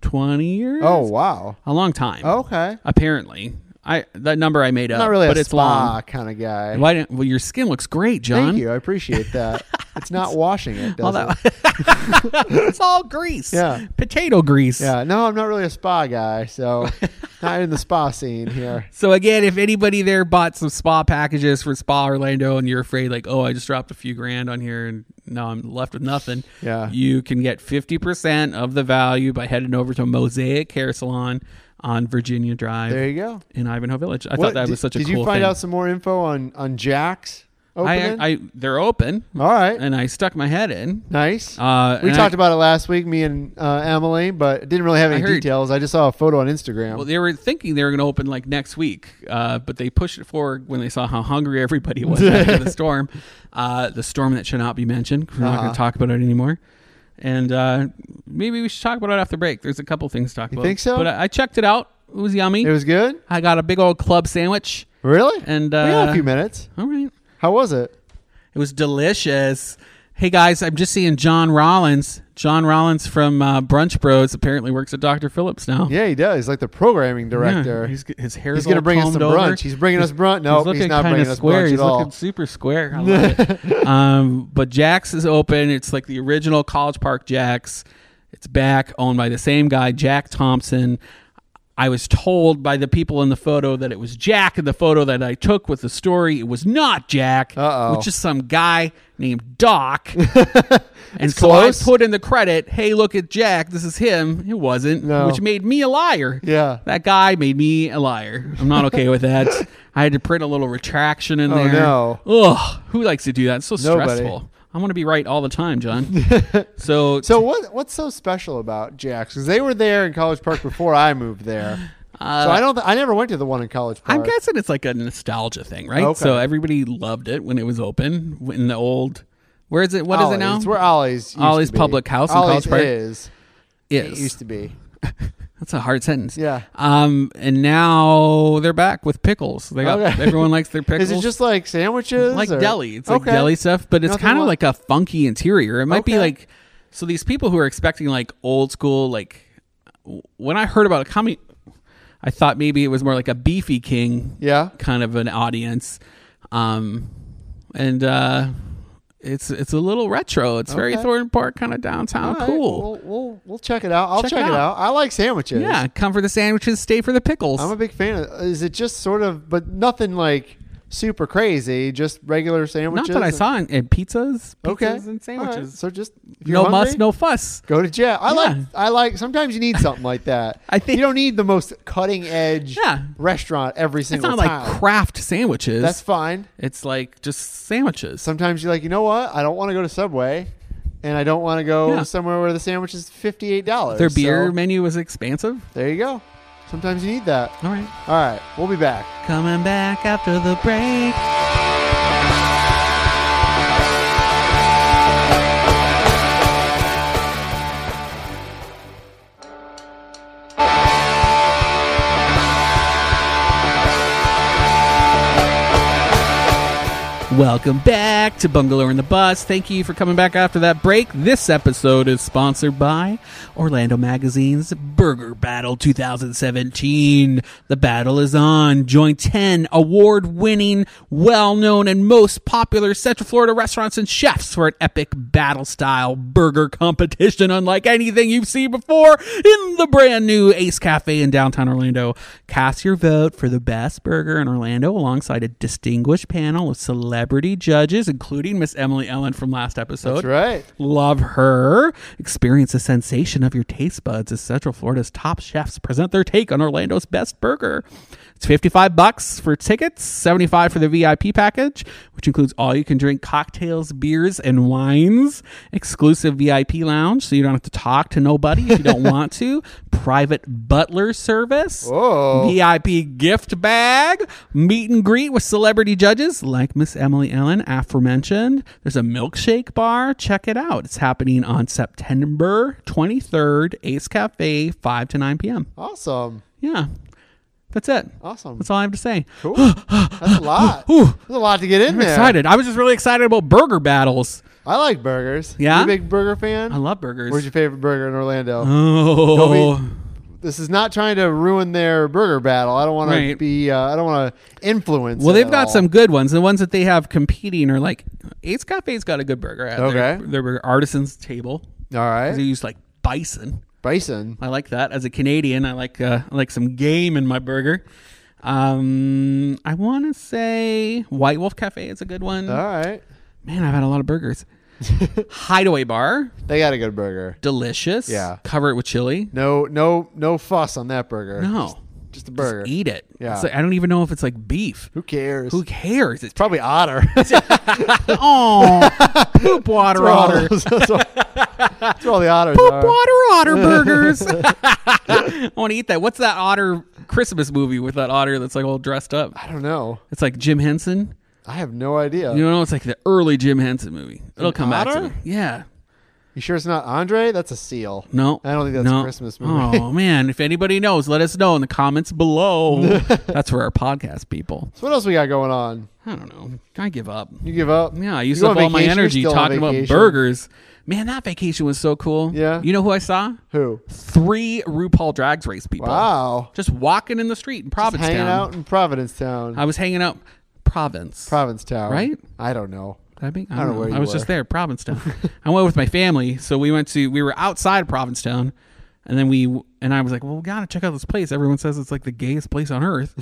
[SPEAKER 1] 20 years.
[SPEAKER 2] Oh wow.
[SPEAKER 1] a long time.
[SPEAKER 2] Okay.
[SPEAKER 1] apparently, I that number I made up.
[SPEAKER 2] Not really
[SPEAKER 1] but
[SPEAKER 2] a
[SPEAKER 1] it's
[SPEAKER 2] spa
[SPEAKER 1] long.
[SPEAKER 2] kind of guy.
[SPEAKER 1] Why didn't? Well, your skin looks great, John.
[SPEAKER 2] Thank you. I appreciate that. it's not washing it,
[SPEAKER 1] All
[SPEAKER 2] does it?
[SPEAKER 1] that- *laughs* it's all grease.
[SPEAKER 2] Yeah.
[SPEAKER 1] Potato grease.
[SPEAKER 2] Yeah. No, I'm not really a spa guy,
[SPEAKER 1] *laughs*
[SPEAKER 2] so not in the spa scene here.
[SPEAKER 1] So again, if anybody there bought some spa packages for Spa Orlando and you're afraid like, oh, I just dropped a few grand on here and now I'm left with nothing.
[SPEAKER 2] Yeah.
[SPEAKER 1] You can get 50% of the value by heading over to Mosaic Hair Salon on Virginia Drive
[SPEAKER 2] There you go.
[SPEAKER 1] in Ivanhoe Village. I
[SPEAKER 2] What-
[SPEAKER 1] thought that
[SPEAKER 2] did,
[SPEAKER 1] was such a
[SPEAKER 2] Did
[SPEAKER 1] cool
[SPEAKER 2] you find
[SPEAKER 1] thing.
[SPEAKER 2] out some more info on on Jack's opening?
[SPEAKER 1] I, I they're open
[SPEAKER 2] All right.
[SPEAKER 1] and I stuck my head in.
[SPEAKER 2] nice.
[SPEAKER 1] Uh,
[SPEAKER 2] we
[SPEAKER 1] and
[SPEAKER 2] talked
[SPEAKER 1] I,
[SPEAKER 2] about it last week, me and uh, Emily, but didn't really have any
[SPEAKER 1] heard-
[SPEAKER 2] details. I just saw a photo on Instagram.
[SPEAKER 1] well, they were thinking they were going to open like next week, uh, but they pushed it forward when they saw how hungry everybody was after
[SPEAKER 2] *laughs*
[SPEAKER 1] the storm, uh, the storm that should not be mentioned. 'cause We're not going
[SPEAKER 2] Uh-huh.
[SPEAKER 1] to talk about it anymore. And uh, maybe we should talk about it after break. There's a couple things to talk about.
[SPEAKER 2] think so?
[SPEAKER 1] But I, I checked it out. It was yummy.
[SPEAKER 2] it was good.
[SPEAKER 1] I got a big old club sandwich.
[SPEAKER 2] Really?
[SPEAKER 1] And,
[SPEAKER 2] we got a
[SPEAKER 1] uh,
[SPEAKER 2] few minutes.
[SPEAKER 1] All right.
[SPEAKER 2] How was it?
[SPEAKER 1] It was delicious. Hey guys, I'm just seeing John Rollins. John Rollins from uh, Brunch Bros apparently works at Dr. Phillips now.
[SPEAKER 2] Yeah, he does. He's like the programming director.
[SPEAKER 1] Yeah, he's,
[SPEAKER 2] he's
[SPEAKER 1] g- his hair.
[SPEAKER 2] going to bring us some brunch. He's bringing us brunch. No, he's,
[SPEAKER 1] looking
[SPEAKER 2] not
[SPEAKER 1] kinda
[SPEAKER 2] bringing us
[SPEAKER 1] square.
[SPEAKER 2] brunch
[SPEAKER 1] he's
[SPEAKER 2] at all.
[SPEAKER 1] looking super square. I love
[SPEAKER 2] *laughs*
[SPEAKER 1] it. Um, but Jack's is open. It's like the original College Park Jack's. It's back, owned by the same guy, Jack Thompson. I was told by the people in the photo that it was Jack in the photo that I took with the story. It was not Jack,
[SPEAKER 2] Uh-oh.
[SPEAKER 1] which is some guy named
[SPEAKER 2] *laughs*
[SPEAKER 1] Doc. and so
[SPEAKER 2] close.
[SPEAKER 1] I put in the credit, hey, look at Jack. This is him. It wasn't,
[SPEAKER 2] No.
[SPEAKER 1] which made me a liar. *laughs*
[SPEAKER 2] Yeah.
[SPEAKER 1] That guy made me a liar. I'm not okay with that. I had to print a little retraction in there.
[SPEAKER 2] Oh, no.
[SPEAKER 1] Ugh. Who likes to do that? It's so
[SPEAKER 2] Nobody.
[SPEAKER 1] stressful. I want to be right all the time,
[SPEAKER 2] *laughs*
[SPEAKER 1] John. so,
[SPEAKER 2] So what what's so special about Jack's? Because they were there in College Park before I moved there. so I don't. Th- I never went to the one in College Park.
[SPEAKER 1] Uh, I'm guessing it's like a nostalgia thing, right?
[SPEAKER 2] Okay.
[SPEAKER 1] So everybody loved it when it was open in the old. Where is it? What is
[SPEAKER 2] Ollie's.
[SPEAKER 1] it now?
[SPEAKER 2] Oh, It's where Ollie's. Used
[SPEAKER 1] Ollie's
[SPEAKER 2] to be.
[SPEAKER 1] Public House in
[SPEAKER 2] Ollie's
[SPEAKER 1] College Park?
[SPEAKER 2] is. It
[SPEAKER 1] Is.
[SPEAKER 2] used to be.
[SPEAKER 1] That's a hard sentence.
[SPEAKER 2] Yeah.
[SPEAKER 1] Um, and now they're back with pickles. They got
[SPEAKER 2] Okay.
[SPEAKER 1] everyone likes their pickles.
[SPEAKER 2] *laughs* Is it just like sandwiches?
[SPEAKER 1] like
[SPEAKER 2] or-
[SPEAKER 1] deli. It's like
[SPEAKER 2] Okay.
[SPEAKER 1] deli stuff, but it's
[SPEAKER 2] Nothing
[SPEAKER 1] kind of
[SPEAKER 2] like-
[SPEAKER 1] like a funky interior. It might be
[SPEAKER 2] Okay.
[SPEAKER 1] like so these people who are expecting like old school like w- when I heard about it coming I thought maybe it was more like a beefy king
[SPEAKER 2] Yeah.
[SPEAKER 1] kind of an audience. Um and uh it's it's a little retro. It's very
[SPEAKER 2] Okay.
[SPEAKER 1] Thornton Park kind of downtown
[SPEAKER 2] All right,
[SPEAKER 1] cool.
[SPEAKER 2] We'll, we'll we'll check it out. I'll
[SPEAKER 1] Check
[SPEAKER 2] check,
[SPEAKER 1] it
[SPEAKER 2] it,
[SPEAKER 1] out.
[SPEAKER 2] out. I like sandwiches.
[SPEAKER 1] yeah, come for the sandwiches, stay for the pickles.
[SPEAKER 2] I'm a big fan. of Is it just sort of, but nothing like super crazy, just regular
[SPEAKER 1] Not
[SPEAKER 2] sandwiches.
[SPEAKER 1] that I
[SPEAKER 2] and-
[SPEAKER 1] saw in, in pizzas, pizzas
[SPEAKER 2] Okay. All
[SPEAKER 1] and
[SPEAKER 2] right.
[SPEAKER 1] sandwiches.
[SPEAKER 2] So just if you're
[SPEAKER 1] No
[SPEAKER 2] hungry,
[SPEAKER 1] muss, no fuss.
[SPEAKER 2] Go to jail. I
[SPEAKER 1] Yeah.
[SPEAKER 2] like. I like. Sometimes you need something like that.
[SPEAKER 1] *laughs* I think-
[SPEAKER 2] you don't need the most cutting edge
[SPEAKER 1] Yeah.
[SPEAKER 2] restaurant every
[SPEAKER 1] It's
[SPEAKER 2] single
[SPEAKER 1] not
[SPEAKER 2] time.
[SPEAKER 1] like craft sandwiches.
[SPEAKER 2] That's fine.
[SPEAKER 1] It's like just sandwiches.
[SPEAKER 2] Sometimes you're like, you know what? I don't want to go to Subway, and I don't want to go
[SPEAKER 1] Yeah.
[SPEAKER 2] somewhere where the sandwich is fifty eight dollars.
[SPEAKER 1] Their beer menu was expansive.
[SPEAKER 2] there you go. Sometimes you need that.
[SPEAKER 1] All right.
[SPEAKER 2] All right, we'll be back.
[SPEAKER 1] Coming back after the break. Welcome back to Bungalow in the Bus. Thank you for coming back after that break. This episode is sponsored by Orlando Magazine's Burger Battle 2017. The battle is on. Join 10 award winning, well known, and most popular Central Florida restaurants and chefs for an epic battle style burger competition unlike anything you've seen before in the brand new Ace Cafe in downtown Orlando. Cast your vote for the best burger in Orlando alongside a distinguished panel of celebrity judges, including Miss Emily Ellen from last episode.
[SPEAKER 2] That's right.
[SPEAKER 1] Love her. Experience the sensation of your taste buds as Central Florida's top chefs present their take on Orlando's best burger. It's 55 bucks for tickets, 75 for the VIP package, which includes all you can drink cocktails, beers, and wines, exclusive VIP lounge so you don't have to talk to nobody if you don't want to, *laughs* private butler service,
[SPEAKER 2] Whoa.
[SPEAKER 1] VIP gift bag, meet and greet with celebrity judges like Miss Emily Ellen, aforementioned. There's a milkshake bar. Check it out. It's happening on September 23rd, Ace Cafe, 5 to 9 p.m.
[SPEAKER 2] Awesome.
[SPEAKER 1] Yeah, that's it.
[SPEAKER 2] Awesome.
[SPEAKER 1] That's all I have to say.
[SPEAKER 2] Cool. That's a lot.
[SPEAKER 1] Ooh.
[SPEAKER 2] There's a lot to get in there.
[SPEAKER 1] Excited. I was just really excited about burger battles.
[SPEAKER 2] I like burgers.
[SPEAKER 1] Yeah?
[SPEAKER 2] You a big burger fan?
[SPEAKER 1] I love burgers. Uh,
[SPEAKER 2] Where's your favorite burger in Orlando?
[SPEAKER 1] oh,
[SPEAKER 2] Kobe? this is not trying to ruin their burger battle. I don't want to
[SPEAKER 1] Right.
[SPEAKER 2] be. Uh, I don't want to influence.
[SPEAKER 1] Well,
[SPEAKER 2] it
[SPEAKER 1] they've
[SPEAKER 2] at
[SPEAKER 1] got
[SPEAKER 2] all.
[SPEAKER 1] some good ones. The ones that they have competing are like Ace Cafe's got a good burger at their,
[SPEAKER 2] Okay.
[SPEAKER 1] their burger- artisan's table.
[SPEAKER 2] All
[SPEAKER 1] They
[SPEAKER 2] right,
[SPEAKER 1] use like bison.
[SPEAKER 2] bison.
[SPEAKER 1] I like that. As a Canadian, I like uh, I like some game in my burger. Um, I want to say White Wolf Cafe is a good one.
[SPEAKER 2] All right,
[SPEAKER 1] Man, I've had a lot of
[SPEAKER 2] *laughs*
[SPEAKER 1] burgers. Hideaway Bar,
[SPEAKER 2] they got a good burger.
[SPEAKER 1] delicious.
[SPEAKER 2] Yeah.
[SPEAKER 1] cover it with chili.
[SPEAKER 2] No, no, no fuss on that burger.
[SPEAKER 1] No,
[SPEAKER 2] just a burger.
[SPEAKER 1] eat it.
[SPEAKER 2] Yeah.
[SPEAKER 1] It's like- I don't even know if it's like beef.
[SPEAKER 2] Who cares?
[SPEAKER 1] Who cares?
[SPEAKER 2] *laughs*
[SPEAKER 1] It's
[SPEAKER 2] Probably
[SPEAKER 1] *laughs*
[SPEAKER 2] otter.
[SPEAKER 1] oh poop water otter.
[SPEAKER 2] *laughs* That's where
[SPEAKER 1] *laughs*
[SPEAKER 2] all the otters
[SPEAKER 1] Poop
[SPEAKER 2] are.
[SPEAKER 1] water *laughs* otter burgers. Uh, I want to eat that. What's that otter Christmas movie with that otter that's like all dressed up?
[SPEAKER 2] I don't know.
[SPEAKER 1] It's like Jim Henson.
[SPEAKER 2] I have no idea.
[SPEAKER 1] You know, it's like the early Jim Henson movie. It'll
[SPEAKER 2] An
[SPEAKER 1] come back
[SPEAKER 2] otter?
[SPEAKER 1] to me. Yeah.
[SPEAKER 2] You sure it's not Andre? That's a seal.
[SPEAKER 1] No.
[SPEAKER 2] I don't think that's
[SPEAKER 1] no.
[SPEAKER 2] a Christmas movie. *laughs*
[SPEAKER 1] Oh man, if anybody knows, let us know in the comments
[SPEAKER 2] *laughs*
[SPEAKER 1] below. that's for our podcast people.
[SPEAKER 2] So what else we got going on?
[SPEAKER 1] I don't know. I give up.
[SPEAKER 2] You give up?
[SPEAKER 1] Yeah, I used
[SPEAKER 2] You
[SPEAKER 1] up
[SPEAKER 2] on
[SPEAKER 1] all my
[SPEAKER 2] vacation? You're
[SPEAKER 1] energy
[SPEAKER 2] still on
[SPEAKER 1] talking about
[SPEAKER 2] vacation.
[SPEAKER 1] burgers. Man, that vacation was so cool.
[SPEAKER 2] Yeah.
[SPEAKER 1] You know who I saw?
[SPEAKER 2] Who?
[SPEAKER 1] Three RuPaul Drags Race people.
[SPEAKER 2] Wow.
[SPEAKER 1] Just walking in the street in Provincetown.
[SPEAKER 2] Hanging out in Provincetown.
[SPEAKER 1] I was hanging out Province.
[SPEAKER 2] Provincetown.
[SPEAKER 1] Right?
[SPEAKER 2] I don't know.
[SPEAKER 1] Did I, be- I
[SPEAKER 2] don't
[SPEAKER 1] don't
[SPEAKER 2] know
[SPEAKER 1] know.
[SPEAKER 2] where you
[SPEAKER 1] I was
[SPEAKER 2] were.
[SPEAKER 1] just there,
[SPEAKER 2] *laughs*
[SPEAKER 1] Provincetown. I went with my family, so we went to we were outside of Provincetown, and then we and I was like, "Well, we gotta check out this place. Everyone says it's like the gayest place on
[SPEAKER 2] *laughs*
[SPEAKER 1] earth.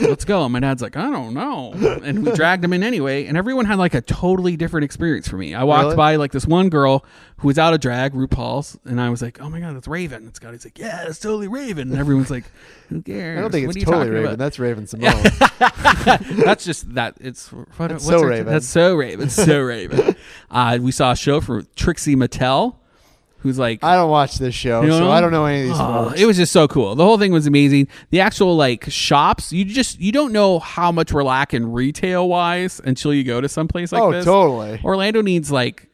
[SPEAKER 1] Let's go." And my dad's like, "I don't know," and we dragged him in anyway. And everyone had like a totally different experience for me. I walked
[SPEAKER 2] Really?
[SPEAKER 1] by like this one girl who was out of drag, RuPaul's, and I was like, "Oh my god, that's Raven." And Scotty's like, "Yeah, that's totally Raven." And everyone's like, "Who cares?"
[SPEAKER 2] I don't think
[SPEAKER 1] What
[SPEAKER 2] it's
[SPEAKER 1] are you
[SPEAKER 2] totally
[SPEAKER 1] talking
[SPEAKER 2] Raven.
[SPEAKER 1] about?"
[SPEAKER 2] That's
[SPEAKER 1] *laughs*
[SPEAKER 2] Raven Simone.
[SPEAKER 1] that's just that. It's what, what's
[SPEAKER 2] so
[SPEAKER 1] her-
[SPEAKER 2] Raven.
[SPEAKER 1] That's so
[SPEAKER 2] *laughs*
[SPEAKER 1] Raven. So Raven. uh, we saw a show from Trixie Mattel, who's like
[SPEAKER 2] I don't watch this show,
[SPEAKER 1] you
[SPEAKER 2] so
[SPEAKER 1] know?
[SPEAKER 2] I don't know any of these.
[SPEAKER 1] Oh,
[SPEAKER 2] folks.
[SPEAKER 1] it was just so cool. The whole thing was amazing. The actual like shops, you just you don't know how much we're lacking retail wise until you go to someplace like
[SPEAKER 2] Oh,
[SPEAKER 1] this.
[SPEAKER 2] totally.
[SPEAKER 1] Orlando needs like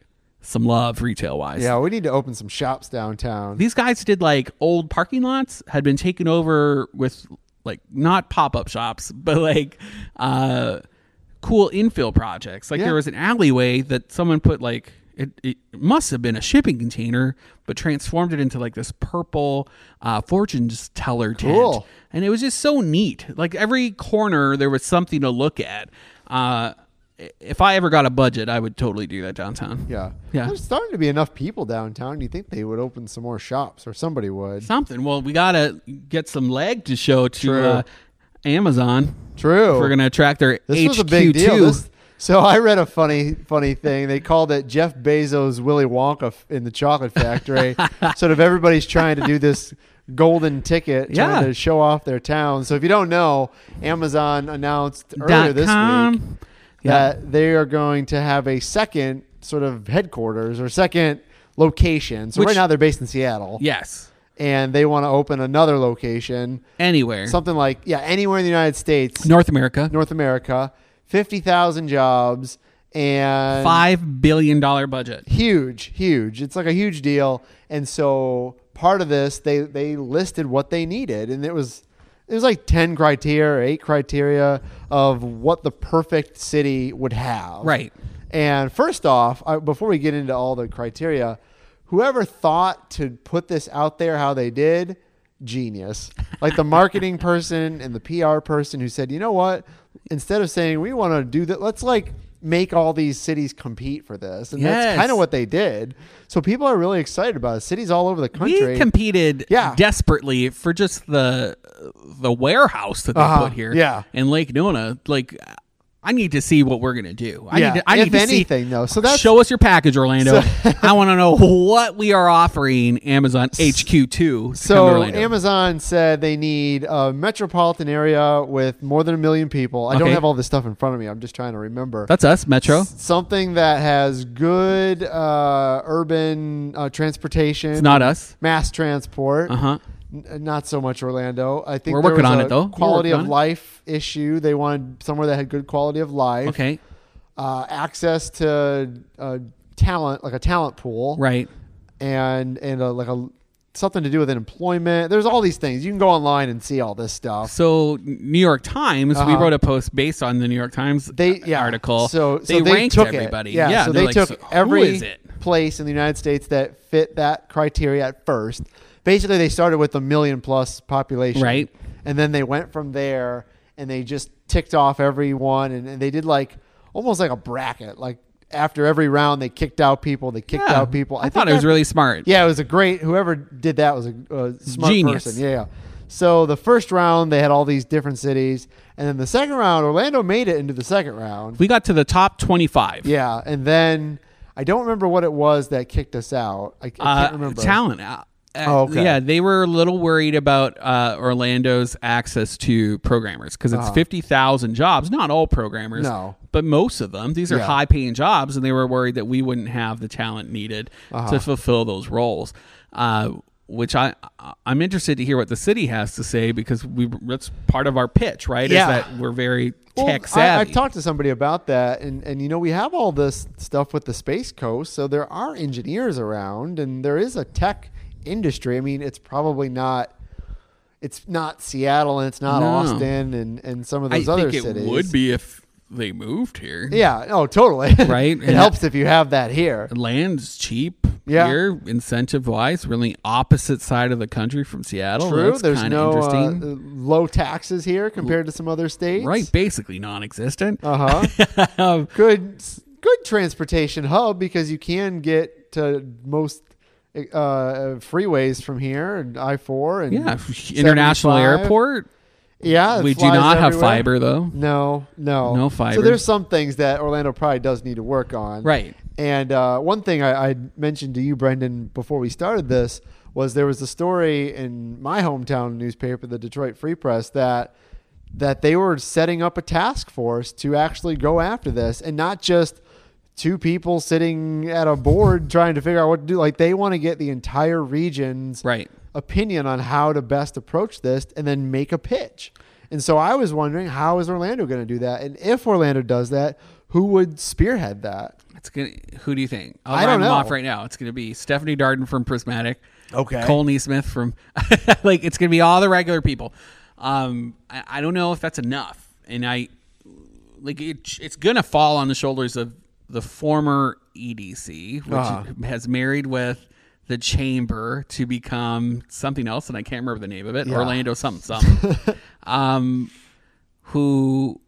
[SPEAKER 1] some love retail wise.
[SPEAKER 2] Yeah, we need to open some shops downtown.
[SPEAKER 1] These guys did like old parking lots had been taken over with like not pop up shops, *laughs* but like uh cool infill projects. Like
[SPEAKER 2] Yeah.
[SPEAKER 1] there was an alleyway that someone put like it, it must have been a shipping container, but transformed it into like this purple uh, fortune teller tent,
[SPEAKER 2] Cool.
[SPEAKER 1] and it was just so neat. Like every corner, there was something to look at. Uh, i- if I ever got a budget, I would totally do that downtown.
[SPEAKER 2] Yeah.
[SPEAKER 1] Yeah.
[SPEAKER 2] There's starting to be enough people downtown. You think they would open some more shops or somebody would.
[SPEAKER 1] something. Well, we gotta get some leg to show
[SPEAKER 2] True.
[SPEAKER 1] to uh, Amazon.
[SPEAKER 2] True.
[SPEAKER 1] If we're gonna attract their
[SPEAKER 2] this
[SPEAKER 1] HQ
[SPEAKER 2] was a big deal.
[SPEAKER 1] two.
[SPEAKER 2] This- so I read a funny funny thing. They called it Jeff Bezos Willy Wonka f- in the
[SPEAKER 1] *laughs*
[SPEAKER 2] chocolate factory. sort of everybody's trying to do this golden ticket trying
[SPEAKER 1] Yeah.
[SPEAKER 2] to show off their town. So if you don't know, Amazon announced earlier
[SPEAKER 1] dot
[SPEAKER 2] this week
[SPEAKER 1] com. Yeah.
[SPEAKER 2] that they are going to have a second sort of headquarters or second location. So
[SPEAKER 1] Which-
[SPEAKER 2] right now they're based in Seattle.
[SPEAKER 1] yes.
[SPEAKER 2] and they want to open another location,
[SPEAKER 1] Anywhere.
[SPEAKER 2] something like yeah, anywhere in the United States,
[SPEAKER 1] North America.
[SPEAKER 2] North America, fifty thousand jobs, and
[SPEAKER 1] Five billion dollar budget.
[SPEAKER 2] huge, huge. It's like a huge deal, and so part of this, they they listed what they needed, and it was. It was like ten criteria, or eight criteria of what the perfect city would have.
[SPEAKER 1] Right.
[SPEAKER 2] And first off, I, before we get into all the criteria, whoever thought to put this out there how they did, genius. Like the marketing person and the PR person who said, you know what? Instead of saying we want to do that, let's like make all these cities compete for this. And that's
[SPEAKER 1] Yes.
[SPEAKER 2] kind of what they did. So people are really excited about it. Cities all over the country.
[SPEAKER 1] We competed
[SPEAKER 2] Yeah.
[SPEAKER 1] desperately for just the the warehouse that they
[SPEAKER 2] Uh-huh.
[SPEAKER 1] put here.
[SPEAKER 2] Yeah.
[SPEAKER 1] In Lake Nona. Like I need to see what we're gonna do. I
[SPEAKER 2] Yeah.
[SPEAKER 1] need to I
[SPEAKER 2] if
[SPEAKER 1] need to see-
[SPEAKER 2] anything though. So that's
[SPEAKER 1] Show us your package, Orlando. *laughs* I want to know what we are offering Amazon HQ2. to come to
[SPEAKER 2] So
[SPEAKER 1] Orlando.
[SPEAKER 2] Amazon said they need a metropolitan area with more than a million people. I don't
[SPEAKER 1] Okay.
[SPEAKER 2] have all this stuff in front of me. I'm just trying to remember.
[SPEAKER 1] That's us, Metro.
[SPEAKER 2] Something that has good uh, urban uh, transportation.
[SPEAKER 1] It's not us.
[SPEAKER 2] mass transport.
[SPEAKER 1] Uh huh.
[SPEAKER 2] N- not so much Orlando. I think
[SPEAKER 1] We're
[SPEAKER 2] there
[SPEAKER 1] working
[SPEAKER 2] was
[SPEAKER 1] on
[SPEAKER 2] a
[SPEAKER 1] it, though. We're
[SPEAKER 2] Quality
[SPEAKER 1] working
[SPEAKER 2] of
[SPEAKER 1] on it.
[SPEAKER 2] life issue. They wanted somewhere that had good quality of life.
[SPEAKER 1] Okay.
[SPEAKER 2] Uh, access to uh, talent, like a talent pool
[SPEAKER 1] Right.
[SPEAKER 2] and and a, like a something to do with employment. There's all these things. You can go online and see all this stuff.
[SPEAKER 1] So New York Times, we
[SPEAKER 2] Uh-huh.
[SPEAKER 1] wrote a post based on the New York Times uh,
[SPEAKER 2] They yeah.
[SPEAKER 1] article.
[SPEAKER 2] So, so
[SPEAKER 1] they, ranked
[SPEAKER 2] took it.
[SPEAKER 1] everybody.
[SPEAKER 2] Yeah. so
[SPEAKER 1] they're
[SPEAKER 2] they
[SPEAKER 1] like,
[SPEAKER 2] took
[SPEAKER 1] "So who
[SPEAKER 2] every
[SPEAKER 1] is it?
[SPEAKER 2] place in the United States that fit that criteria at first. basically they started with a million plus population,
[SPEAKER 1] Right.
[SPEAKER 2] And then they went from there and they just ticked off everyone, and, and they did like almost like a bracket. Like after every round, they kicked out people. They kicked
[SPEAKER 1] Yeah.
[SPEAKER 2] out people.
[SPEAKER 1] I, thought it was
[SPEAKER 2] that-
[SPEAKER 1] really smart.
[SPEAKER 2] yeah, it was a great. Whoever did that was a, a smart
[SPEAKER 1] Genius.
[SPEAKER 2] person. Yeah, yeah. So the first round they had all these different cities, and then the second round Orlando made it into the second round.
[SPEAKER 1] We got to the top 25.
[SPEAKER 2] Yeah, and then I don't remember what it was that kicked us out. I, I
[SPEAKER 1] uh,
[SPEAKER 2] can't remember.
[SPEAKER 1] talent. Uh, uh,
[SPEAKER 2] Oh, okay.
[SPEAKER 1] Yeah, they were a little worried about uh, Orlando's access to programmers because it's fifty thousand jobs. Not all programmers,
[SPEAKER 2] Uh-huh. No.
[SPEAKER 1] but most of them. These are
[SPEAKER 2] Yeah.
[SPEAKER 1] high-paying jobs, and they were worried that we wouldn't have the talent needed
[SPEAKER 2] Uh-huh.
[SPEAKER 1] to fulfill those roles. Uh, which I I- I'm interested to hear what the city has to say because we that's part of our pitch, right?
[SPEAKER 2] Yeah.
[SPEAKER 1] Is that we're very
[SPEAKER 2] Well,
[SPEAKER 1] tech
[SPEAKER 2] I,
[SPEAKER 1] savvy.
[SPEAKER 2] I've talked to somebody about that, and, and you know we have all this stuff with the space coast, so there are engineers around, and there is a tech industry. I mean, it's probably not, it's not Seattle, and it's not
[SPEAKER 1] No.
[SPEAKER 2] Austin, and, and some of
[SPEAKER 1] I
[SPEAKER 2] those other
[SPEAKER 1] think it
[SPEAKER 2] cities.
[SPEAKER 1] would be if they moved here.
[SPEAKER 2] Yeah. Oh, totally. *laughs*
[SPEAKER 1] Right?
[SPEAKER 2] it
[SPEAKER 1] And-
[SPEAKER 2] helps if you have that here.
[SPEAKER 1] land's cheap
[SPEAKER 2] Yeah.
[SPEAKER 1] here, incentive wise. We're on the opposite side of the country from Seattle.
[SPEAKER 2] True.
[SPEAKER 1] Oh, That's
[SPEAKER 2] There's
[SPEAKER 1] kinda
[SPEAKER 2] no uh,
[SPEAKER 1] interesting.
[SPEAKER 2] low taxes here compared to some other states.
[SPEAKER 1] right, basically non existent. *laughs*
[SPEAKER 2] Uh huh.
[SPEAKER 1] Um,
[SPEAKER 2] good good transportation hub because you can get to most uh, freeways from here and I four and
[SPEAKER 1] yeah, international
[SPEAKER 2] 75.
[SPEAKER 1] airport.
[SPEAKER 2] Yeah, it
[SPEAKER 1] We do
[SPEAKER 2] flies
[SPEAKER 1] not have
[SPEAKER 2] everywhere.
[SPEAKER 1] fiber though.
[SPEAKER 2] No, no,
[SPEAKER 1] No
[SPEAKER 2] So
[SPEAKER 1] fiber.
[SPEAKER 2] there's some things that Orlando probably does need to work on.
[SPEAKER 1] Right.
[SPEAKER 2] And uh, one thing I, I mentioned to you, Brendan, before we started this was there was a story in my hometown newspaper, the Detroit Free Press, that that they were setting up a task force to actually go after this, and not just two people sitting at a board trying to figure out what to do. Like they want to get the entire region's
[SPEAKER 1] Right.
[SPEAKER 2] opinion on how to best approach this and then make a pitch. And so I was wondering how is Orlando going to do that? And if Orlando does that, who would spearhead that?
[SPEAKER 1] It's gonna. Who do you think? I'll
[SPEAKER 2] I
[SPEAKER 1] round
[SPEAKER 2] don't
[SPEAKER 1] them
[SPEAKER 2] know.
[SPEAKER 1] off right now. It's gonna be Stephanie Darden from Prismatic.
[SPEAKER 2] Okay.
[SPEAKER 1] Cole Neesmith from, *laughs* like, it's gonna be all the regular people. Um, I, I don't know if that's enough, and I, like, it, it's gonna fall on the shoulders of the former EDC, which
[SPEAKER 2] Ah.
[SPEAKER 1] has married with the chamber to become something else, and I can't remember the name of it. Orlando something
[SPEAKER 2] *laughs*
[SPEAKER 1] something. um, who,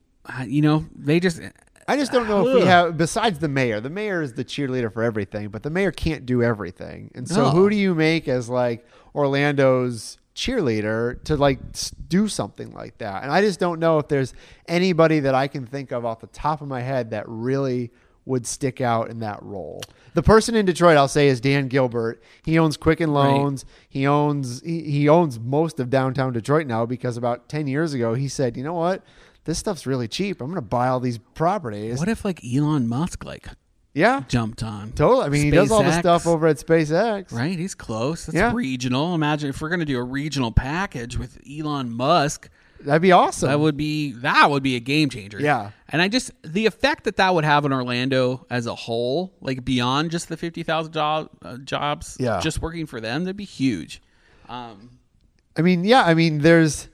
[SPEAKER 1] you know, they just.
[SPEAKER 2] I just don't know if we
[SPEAKER 1] Ugh.
[SPEAKER 2] have besides the mayor. The mayor is the cheerleader for everything, but the mayor can't do everything. And so
[SPEAKER 1] No.
[SPEAKER 2] who do you make as like Orlando's cheerleader to like s- do something like that? And I just don't know if there's anybody that I can think of off the top of my head that really would stick out in that role. The person in Detroit I'll say is Dan Gilbert. He owns Quicken Loans. He owns he, he owns most of downtown Detroit now because about 10 years ago he said, "You know what? This stuff's really cheap. I'm going to buy all these properties."
[SPEAKER 1] What if like Elon Musk like
[SPEAKER 2] Yeah,
[SPEAKER 1] jumped on?
[SPEAKER 2] totally. I mean, he does all the
[SPEAKER 1] SpaceX,
[SPEAKER 2] stuff over at SpaceX.
[SPEAKER 1] Right, he's close. That's
[SPEAKER 2] Yeah.
[SPEAKER 1] regional. Imagine if we're going to do a regional package with Elon Musk,
[SPEAKER 2] That'd be awesome.
[SPEAKER 1] that would be that would be a game changer.
[SPEAKER 2] Yeah.
[SPEAKER 1] and I just the effect that that would have on Orlando as a whole, like beyond just the fifty thousand job uh, jobs,
[SPEAKER 2] Yeah.
[SPEAKER 1] just working for them, that'd be huge. Um,
[SPEAKER 2] I mean, yeah. I mean, there's.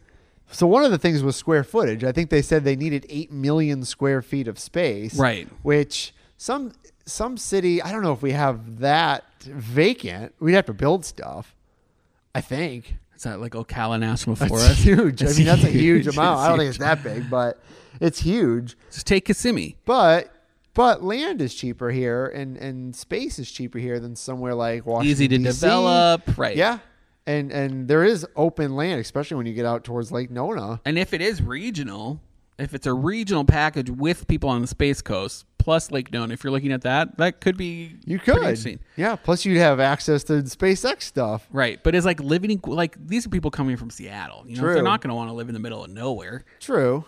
[SPEAKER 2] So one of the things was square footage. I think they said they needed eight million square feet of space.
[SPEAKER 1] Right.
[SPEAKER 2] Which some some city. I don't know if we have that vacant. We'd have to build stuff. I think.
[SPEAKER 1] is that like Ocala National Forest?
[SPEAKER 2] It's huge. I
[SPEAKER 1] It's
[SPEAKER 2] mean, that's a
[SPEAKER 1] *laughs*
[SPEAKER 2] huge
[SPEAKER 1] It's
[SPEAKER 2] amount. I don't
[SPEAKER 1] huge.
[SPEAKER 2] think it's that big, but it's huge.
[SPEAKER 1] Just take Kissimmee.
[SPEAKER 2] But but land is cheaper here, and and space is cheaper here than somewhere like Washington.
[SPEAKER 1] Easy to
[SPEAKER 2] DC.
[SPEAKER 1] develop, right?
[SPEAKER 2] Yeah, and and there is open land, especially when you get out towards Lake Nona.
[SPEAKER 1] And if it is regional, if it's a regional package with people on the Space Coast plus Lake Nona, if you're looking at that, that could be
[SPEAKER 2] You
[SPEAKER 1] pretty
[SPEAKER 2] could,
[SPEAKER 1] interesting.
[SPEAKER 2] yeah. Plus, you'd have access to SpaceX stuff.
[SPEAKER 1] right? But it's like living in like these are people coming from Seattle. You know,
[SPEAKER 2] True.
[SPEAKER 1] they're not going to want to live in the middle of nowhere.
[SPEAKER 2] True,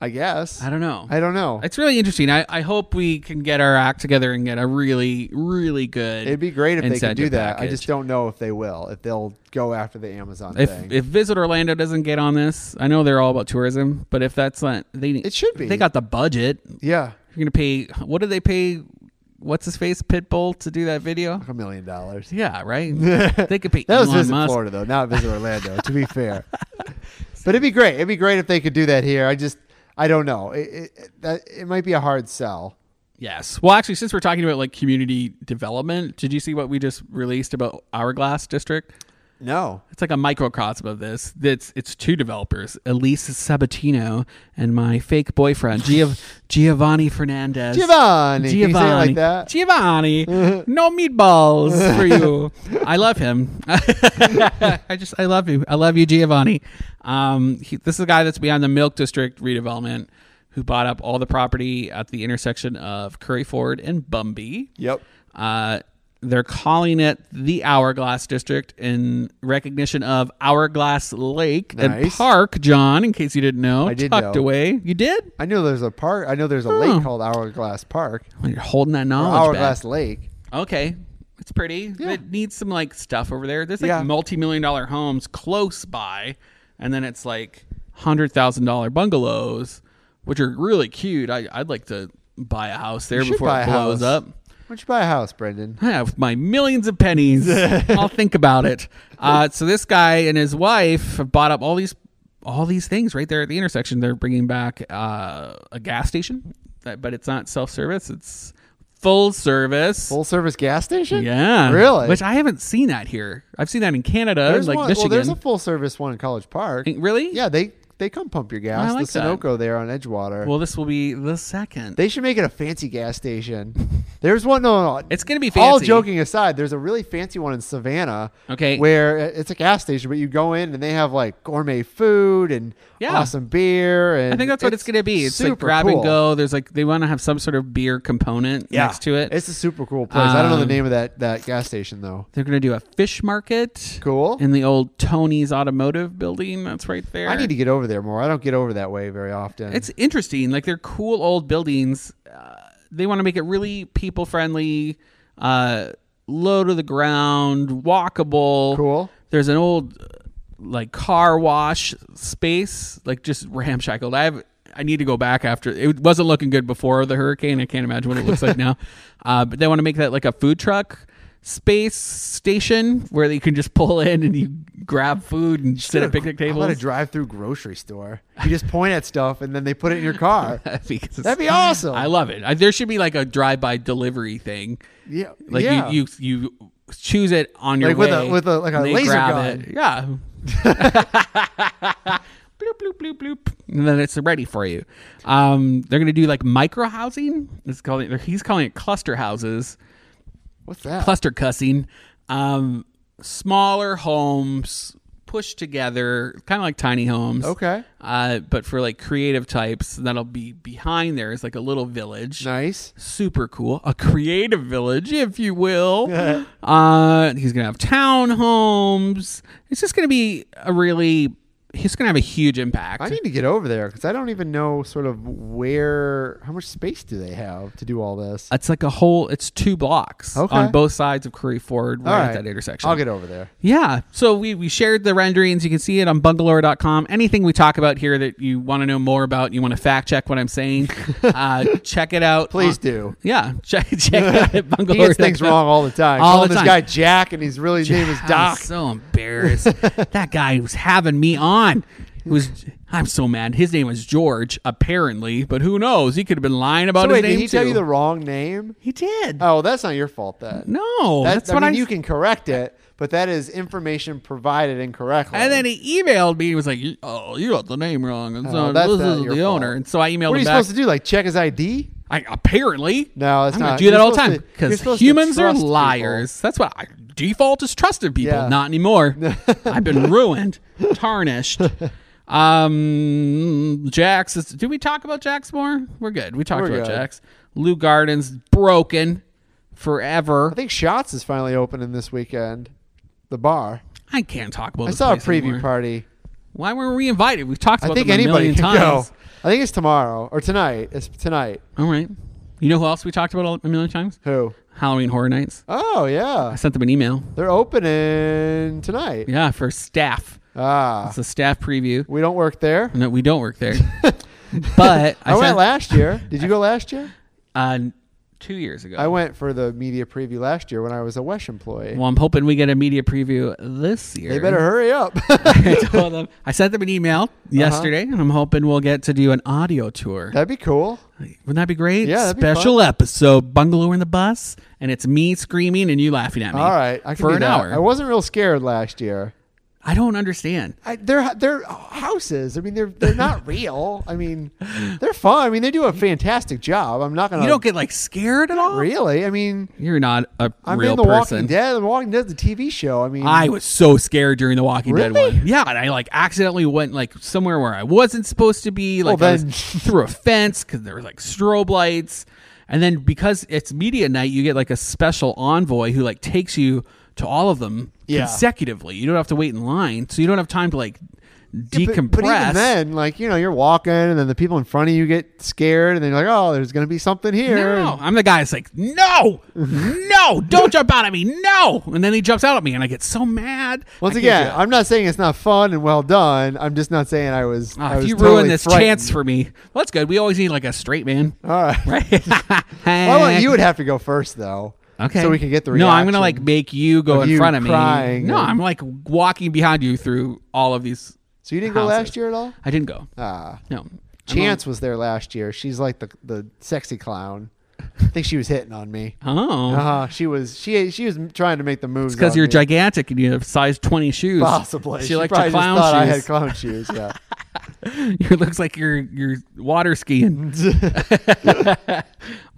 [SPEAKER 2] I guess.
[SPEAKER 1] I don't know.
[SPEAKER 2] I don't know.
[SPEAKER 1] It's really interesting. I, I hope we can get our act together and get a really really good.
[SPEAKER 2] It'd be great if they could
[SPEAKER 1] incentive
[SPEAKER 2] do that. I
[SPEAKER 1] package.
[SPEAKER 2] just don't know if they will. If they'll go after the Amazon thing.
[SPEAKER 1] If, if Visit Orlando doesn't get on this, I know they're all about tourism, but if that's not, they
[SPEAKER 2] It should be.
[SPEAKER 1] They got the budget.
[SPEAKER 2] yeah,
[SPEAKER 1] You're gonna pay. What did they pay? What's his face Pitbull to do that video?
[SPEAKER 2] a million dollars.
[SPEAKER 1] Yeah,
[SPEAKER 2] *laughs*
[SPEAKER 1] right. they could pay
[SPEAKER 2] That was
[SPEAKER 1] Elon
[SPEAKER 2] visit
[SPEAKER 1] Musk.
[SPEAKER 2] Florida though, not visit Orlando. to
[SPEAKER 1] *laughs*
[SPEAKER 2] be fair, but it'd be great. It'd be great if they could do that here. I just, I don't know. It, it, it- that, it might be a hard sell.
[SPEAKER 1] Yes. Well, actually, since we're talking about like community development, did you see what we just released about Hourglass District?
[SPEAKER 2] No.
[SPEAKER 1] It's like a microcosm of this. That's it's two developers, Elise Sabatino and my fake boyfriend, Giov- Giovanni Fernandez.
[SPEAKER 2] Giovanni. Can you say it
[SPEAKER 1] Giovanni.
[SPEAKER 2] like that?
[SPEAKER 1] Giovanni.
[SPEAKER 2] *laughs*
[SPEAKER 1] no meatballs for you. I love him. *laughs* I just I love you. I love you, Giovanni. Um, he, this is a guy that's behind the Milk District redevelopment, who bought up all the property at the intersection of Curry Ford and Bumby.
[SPEAKER 2] Yep.
[SPEAKER 1] Uh, they're calling it the Hourglass District in recognition of Hourglass Lake and
[SPEAKER 2] Nice.
[SPEAKER 1] Park, John, in case you didn't know.
[SPEAKER 2] I did
[SPEAKER 1] tucked
[SPEAKER 2] know.
[SPEAKER 1] away. You did?
[SPEAKER 2] I know there's a park. I know there's a
[SPEAKER 1] Huh. Oh,
[SPEAKER 2] lake called Hourglass Park.
[SPEAKER 1] Well, you're holding that
[SPEAKER 2] Or
[SPEAKER 1] knowledge.
[SPEAKER 2] Hourglass
[SPEAKER 1] back.
[SPEAKER 2] Lake.
[SPEAKER 1] Okay. It's pretty.
[SPEAKER 2] Yeah.
[SPEAKER 1] It needs some like stuff over there. There's like
[SPEAKER 2] Yeah.
[SPEAKER 1] multi-million dollar homes close by, and then it's like hundred thousand dollar bungalows, which are really cute. I, I'd like to buy a house there
[SPEAKER 2] You should
[SPEAKER 1] before
[SPEAKER 2] buy
[SPEAKER 1] it
[SPEAKER 2] a
[SPEAKER 1] blows
[SPEAKER 2] house.
[SPEAKER 1] up.
[SPEAKER 2] Why don't you buy a house, Brendan?
[SPEAKER 1] I have my millions of
[SPEAKER 2] *laughs*
[SPEAKER 1] pennies. I'll think about it. Uh, so this guy and his wife have bought up all these all these things right there at the intersection. They're bringing back uh, a gas station, that- but it's not self service. It's full service.
[SPEAKER 2] Full service gas station?
[SPEAKER 1] yeah,
[SPEAKER 2] Really?
[SPEAKER 1] Which I haven't seen that here. I've seen that in Canada,
[SPEAKER 2] there's
[SPEAKER 1] like
[SPEAKER 2] one,
[SPEAKER 1] Michigan. Eh,
[SPEAKER 2] Well, there's a full service one in College Park.
[SPEAKER 1] really?
[SPEAKER 2] Yeah, they they come pump your gas.
[SPEAKER 1] I like
[SPEAKER 2] the
[SPEAKER 1] that.
[SPEAKER 2] Sunoco there on Edgewater.
[SPEAKER 1] Well, this will be the second.
[SPEAKER 2] They should make it a fancy gas station. *laughs* There's one. No, no, no.
[SPEAKER 1] It's gonna be
[SPEAKER 2] All
[SPEAKER 1] fancy.
[SPEAKER 2] joking aside, there's a really fancy one in Savannah.
[SPEAKER 1] Okay.
[SPEAKER 2] Where it's a gas station, but you go in and they have like gourmet food and
[SPEAKER 1] Yeah.
[SPEAKER 2] awesome beer. And
[SPEAKER 1] I think that's what it's going to be. It's like
[SPEAKER 2] super
[SPEAKER 1] grab and
[SPEAKER 2] cool.
[SPEAKER 1] go. There's like they want to have some sort of beer component next to it.
[SPEAKER 2] It's a super cool place. I don't know the
[SPEAKER 1] Um,
[SPEAKER 2] name of that that gas station though.
[SPEAKER 1] They're going to do a fish market.
[SPEAKER 2] Cool.
[SPEAKER 1] In the old Tony's Automotive building that's right there.
[SPEAKER 2] I need to get over there more. I don't get over that way very often.
[SPEAKER 1] It's interesting. Like they're cool old buildings. Uh, they want to make it really people friendly, uh, low to the ground, walkable.
[SPEAKER 2] Cool.
[SPEAKER 1] There's an old uh, like car wash space, like just ramshackled. I have. I need to go back after it wasn't looking good before the hurricane. I can't imagine what it looks like now. Uh, but they want to make that like a food truck space station where you can just pull in and you grab food and sit at picnic
[SPEAKER 2] How about
[SPEAKER 1] *laughs*
[SPEAKER 2] a
[SPEAKER 1] tables.
[SPEAKER 2] drive-through grocery store? You just point at stuff and then they put it in
[SPEAKER 1] *laughs*
[SPEAKER 2] your car.
[SPEAKER 1] Because-
[SPEAKER 2] That'd be awesome.
[SPEAKER 1] I love it. I, there should be like a drive-by delivery thing.
[SPEAKER 2] yeah,
[SPEAKER 1] Like
[SPEAKER 2] yeah.
[SPEAKER 1] you, you, you choose it on your
[SPEAKER 2] Like with a-
[SPEAKER 1] way,
[SPEAKER 2] with a- like a
[SPEAKER 1] and they
[SPEAKER 2] laser
[SPEAKER 1] grab
[SPEAKER 2] gun.
[SPEAKER 1] It.
[SPEAKER 2] *laughs*
[SPEAKER 1] Yeah. *laughs* bloop bloop bloop bloop, and then it's ready for you. Um, they're gonna do like micro housing. It's calling. He's calling it cluster houses,
[SPEAKER 2] What's that?
[SPEAKER 1] cluster cussing. Um, smaller homes pushed together, kind of like tiny homes.
[SPEAKER 2] okay.
[SPEAKER 1] Uh, but for like creative types, that'll be behind there is like a little village
[SPEAKER 2] Nice.
[SPEAKER 1] super cool a creative village if you
[SPEAKER 2] *laughs*
[SPEAKER 1] will
[SPEAKER 2] Uh-huh.
[SPEAKER 1] uh he's gonna have townhomes it's just gonna be a really he's gonna have a huge impact
[SPEAKER 2] I need to get over there because I don't even know sort of where, how much space do they have to do all this?
[SPEAKER 1] it's like a whole it's two blocks
[SPEAKER 2] Okay.
[SPEAKER 1] on both sides of curry ford right,
[SPEAKER 2] all
[SPEAKER 1] at that intersection
[SPEAKER 2] I'll get over there.
[SPEAKER 1] Yeah. So we, we shared the renderings. You can see it on bungalore.com. Anything we talk about here that you want to know more about, you want to fact check what I'm
[SPEAKER 2] *laughs*
[SPEAKER 1] saying, uh, check it out.
[SPEAKER 2] Please
[SPEAKER 1] on- *laughs*
[SPEAKER 2] do.
[SPEAKER 1] Yeah. Check, check it out at bungalore.
[SPEAKER 2] He gets things wrong all the time.
[SPEAKER 1] All
[SPEAKER 2] Calling
[SPEAKER 1] the
[SPEAKER 2] this
[SPEAKER 1] time.
[SPEAKER 2] guy Jack, and his really name is
[SPEAKER 1] I'm
[SPEAKER 2] Doc.
[SPEAKER 1] so
[SPEAKER 2] *laughs*
[SPEAKER 1] embarrassed. that guy was having me on. It was I'm so mad. His name was George, apparently, but who knows? He could have been lying about
[SPEAKER 2] So
[SPEAKER 1] his
[SPEAKER 2] wait,
[SPEAKER 1] name
[SPEAKER 2] did he tell
[SPEAKER 1] too.
[SPEAKER 2] you the wrong name?
[SPEAKER 1] he did.
[SPEAKER 2] Oh, that's not your fault. Then
[SPEAKER 1] no,
[SPEAKER 2] That-
[SPEAKER 1] that's
[SPEAKER 2] I
[SPEAKER 1] what
[SPEAKER 2] mean,
[SPEAKER 1] I.
[SPEAKER 2] you can correct it, but that is information provided incorrectly.
[SPEAKER 1] and then he emailed me. He was like, "Oh, you got the name wrong. It's
[SPEAKER 2] Oh,
[SPEAKER 1] not-
[SPEAKER 2] that's
[SPEAKER 1] this
[SPEAKER 2] not
[SPEAKER 1] is
[SPEAKER 2] your
[SPEAKER 1] the
[SPEAKER 2] fault.
[SPEAKER 1] owner." And so I emailed
[SPEAKER 2] what are
[SPEAKER 1] him
[SPEAKER 2] you
[SPEAKER 1] back.
[SPEAKER 2] supposed to do? Like check his ID?
[SPEAKER 1] I apparently.
[SPEAKER 2] No, it's
[SPEAKER 1] I'm gonna
[SPEAKER 2] not.
[SPEAKER 1] do that
[SPEAKER 2] You're
[SPEAKER 1] all the
[SPEAKER 2] supposed
[SPEAKER 1] time
[SPEAKER 2] to- you're
[SPEAKER 1] because
[SPEAKER 2] supposed to
[SPEAKER 1] humans are
[SPEAKER 2] trust people.
[SPEAKER 1] liars. That's what I default is trusted people.
[SPEAKER 2] Yeah.
[SPEAKER 1] Not
[SPEAKER 2] *laughs*
[SPEAKER 1] anymore. I've been ruined, tarnished. Um, Jax is. Did we talk about Jax more? We're good. We talked
[SPEAKER 2] We're
[SPEAKER 1] about
[SPEAKER 2] good.
[SPEAKER 1] Jax. Lou Gardens broken forever.
[SPEAKER 2] I think Shots is finally opening this weekend. The bar.
[SPEAKER 1] I can't talk about.
[SPEAKER 2] I
[SPEAKER 1] this
[SPEAKER 2] saw a
[SPEAKER 1] place
[SPEAKER 2] preview
[SPEAKER 1] anymore.
[SPEAKER 2] party.
[SPEAKER 1] Why were we invited? We've talked
[SPEAKER 2] I
[SPEAKER 1] about
[SPEAKER 2] think
[SPEAKER 1] them a
[SPEAKER 2] anybody
[SPEAKER 1] million
[SPEAKER 2] can
[SPEAKER 1] times.
[SPEAKER 2] go. I think it's tomorrow or tonight. It's tonight.
[SPEAKER 1] All right. You know who else we talked about a million times?
[SPEAKER 2] Who?
[SPEAKER 1] Halloween Horror Nights.
[SPEAKER 2] Oh yeah,
[SPEAKER 1] I sent them an email.
[SPEAKER 2] they're opening tonight.
[SPEAKER 1] Yeah, for staff.
[SPEAKER 2] Ah,
[SPEAKER 1] It's a staff preview.
[SPEAKER 2] we don't work there.
[SPEAKER 1] No,
[SPEAKER 2] *laughs*
[SPEAKER 1] we don't work there. but I,
[SPEAKER 2] I, went
[SPEAKER 1] sent- *laughs*
[SPEAKER 2] last year. Did you go last year?
[SPEAKER 1] uh, two years ago.
[SPEAKER 2] I went for the media preview last year when I was a Wesh employee.
[SPEAKER 1] well, I'm hoping we get a media preview this year.
[SPEAKER 2] they better *laughs* Uh-huh. hurry up.
[SPEAKER 1] *laughs* I told them. I sent them an email yesterday, and I'm hoping we'll get to do an audio tour.
[SPEAKER 2] That'd be cool.
[SPEAKER 1] Wouldn't that be great?
[SPEAKER 2] Yeah, that'd be
[SPEAKER 1] Special episode, bungalow in the bus, and it's me screaming and you laughing at me.
[SPEAKER 2] All right, I can
[SPEAKER 1] for
[SPEAKER 2] do
[SPEAKER 1] an
[SPEAKER 2] that.
[SPEAKER 1] hour.
[SPEAKER 2] I wasn't real scared last year.
[SPEAKER 1] I don't understand.
[SPEAKER 2] I, they're they're houses. I mean, they're
[SPEAKER 1] *laughs*
[SPEAKER 2] they're not real. I mean, they're fun. I mean, they do a fantastic job. I'm not gonna.
[SPEAKER 1] You don't get like scared at all.
[SPEAKER 2] really. I mean,
[SPEAKER 1] You're not a
[SPEAKER 2] I'm
[SPEAKER 1] real
[SPEAKER 2] in The Walking
[SPEAKER 1] person.
[SPEAKER 2] Dead. The Walking Dead's a TV show. I mean,
[SPEAKER 1] I was so scared during the Walking
[SPEAKER 2] Mm-hmm. Really?
[SPEAKER 1] Dead one. Yeah, and I like accidentally went like somewhere where I wasn't supposed to be, like
[SPEAKER 2] Well,
[SPEAKER 1] I was
[SPEAKER 2] then- *laughs*
[SPEAKER 1] through a fence because there was like strobe lights, and then because it's media night, you get like a special envoy who like takes you to all of them
[SPEAKER 2] Yeah.
[SPEAKER 1] consecutively. You don't have to wait in line, so you don't have time to like
[SPEAKER 2] but,
[SPEAKER 1] decompress.
[SPEAKER 2] but even then, like you know, you're walking, and then the people in front of you get scared, and they're like, "Oh, there's gonna be something here."
[SPEAKER 1] no, I'm the guy that's like,
[SPEAKER 2] *laughs*
[SPEAKER 1] no, no, don't jump out at me, no, and then he jumps out at me, and I get so mad.
[SPEAKER 2] Once
[SPEAKER 1] I can't do
[SPEAKER 2] again,
[SPEAKER 1] it.
[SPEAKER 2] I'm not saying it's not fun and well done. I'm just not saying I was.
[SPEAKER 1] Ah,
[SPEAKER 2] I
[SPEAKER 1] if
[SPEAKER 2] was
[SPEAKER 1] you ruin
[SPEAKER 2] totally
[SPEAKER 1] this
[SPEAKER 2] frightened.
[SPEAKER 1] chance for me, well, that's good. We always need like a straight man,
[SPEAKER 2] *laughs* All right.
[SPEAKER 1] *laughs* right?
[SPEAKER 2] Well, I want- you would have to go first though.
[SPEAKER 1] *laughs* okay.
[SPEAKER 2] So we can get the
[SPEAKER 1] No, I'm gonna like
[SPEAKER 2] reaction.
[SPEAKER 1] make you go
[SPEAKER 2] of
[SPEAKER 1] in
[SPEAKER 2] you
[SPEAKER 1] front of me.
[SPEAKER 2] crying
[SPEAKER 1] No,
[SPEAKER 2] and-
[SPEAKER 1] I'm like walking behind you through all of these.
[SPEAKER 2] So you didn't go
[SPEAKER 1] houses.
[SPEAKER 2] last year at all?
[SPEAKER 1] I didn't go.
[SPEAKER 2] Ah.
[SPEAKER 1] No. I'm
[SPEAKER 2] Chance was there last year. She's like the the sexy clown. I think she was hitting on me.
[SPEAKER 1] on- Oh,
[SPEAKER 2] Uh, she was she she was trying to make the moves.
[SPEAKER 1] because
[SPEAKER 2] on
[SPEAKER 1] you're
[SPEAKER 2] me.
[SPEAKER 1] gigantic and you have size 20 shoes.
[SPEAKER 2] Possibly.
[SPEAKER 1] She,
[SPEAKER 2] She,
[SPEAKER 1] likes
[SPEAKER 2] probably
[SPEAKER 1] your
[SPEAKER 2] just thought I
[SPEAKER 1] clown
[SPEAKER 2] had
[SPEAKER 1] shoes. *laughs*
[SPEAKER 2] clown shoes. Yeah.
[SPEAKER 1] You looks like you're you're water
[SPEAKER 2] *laughs*
[SPEAKER 1] skiing. *laughs*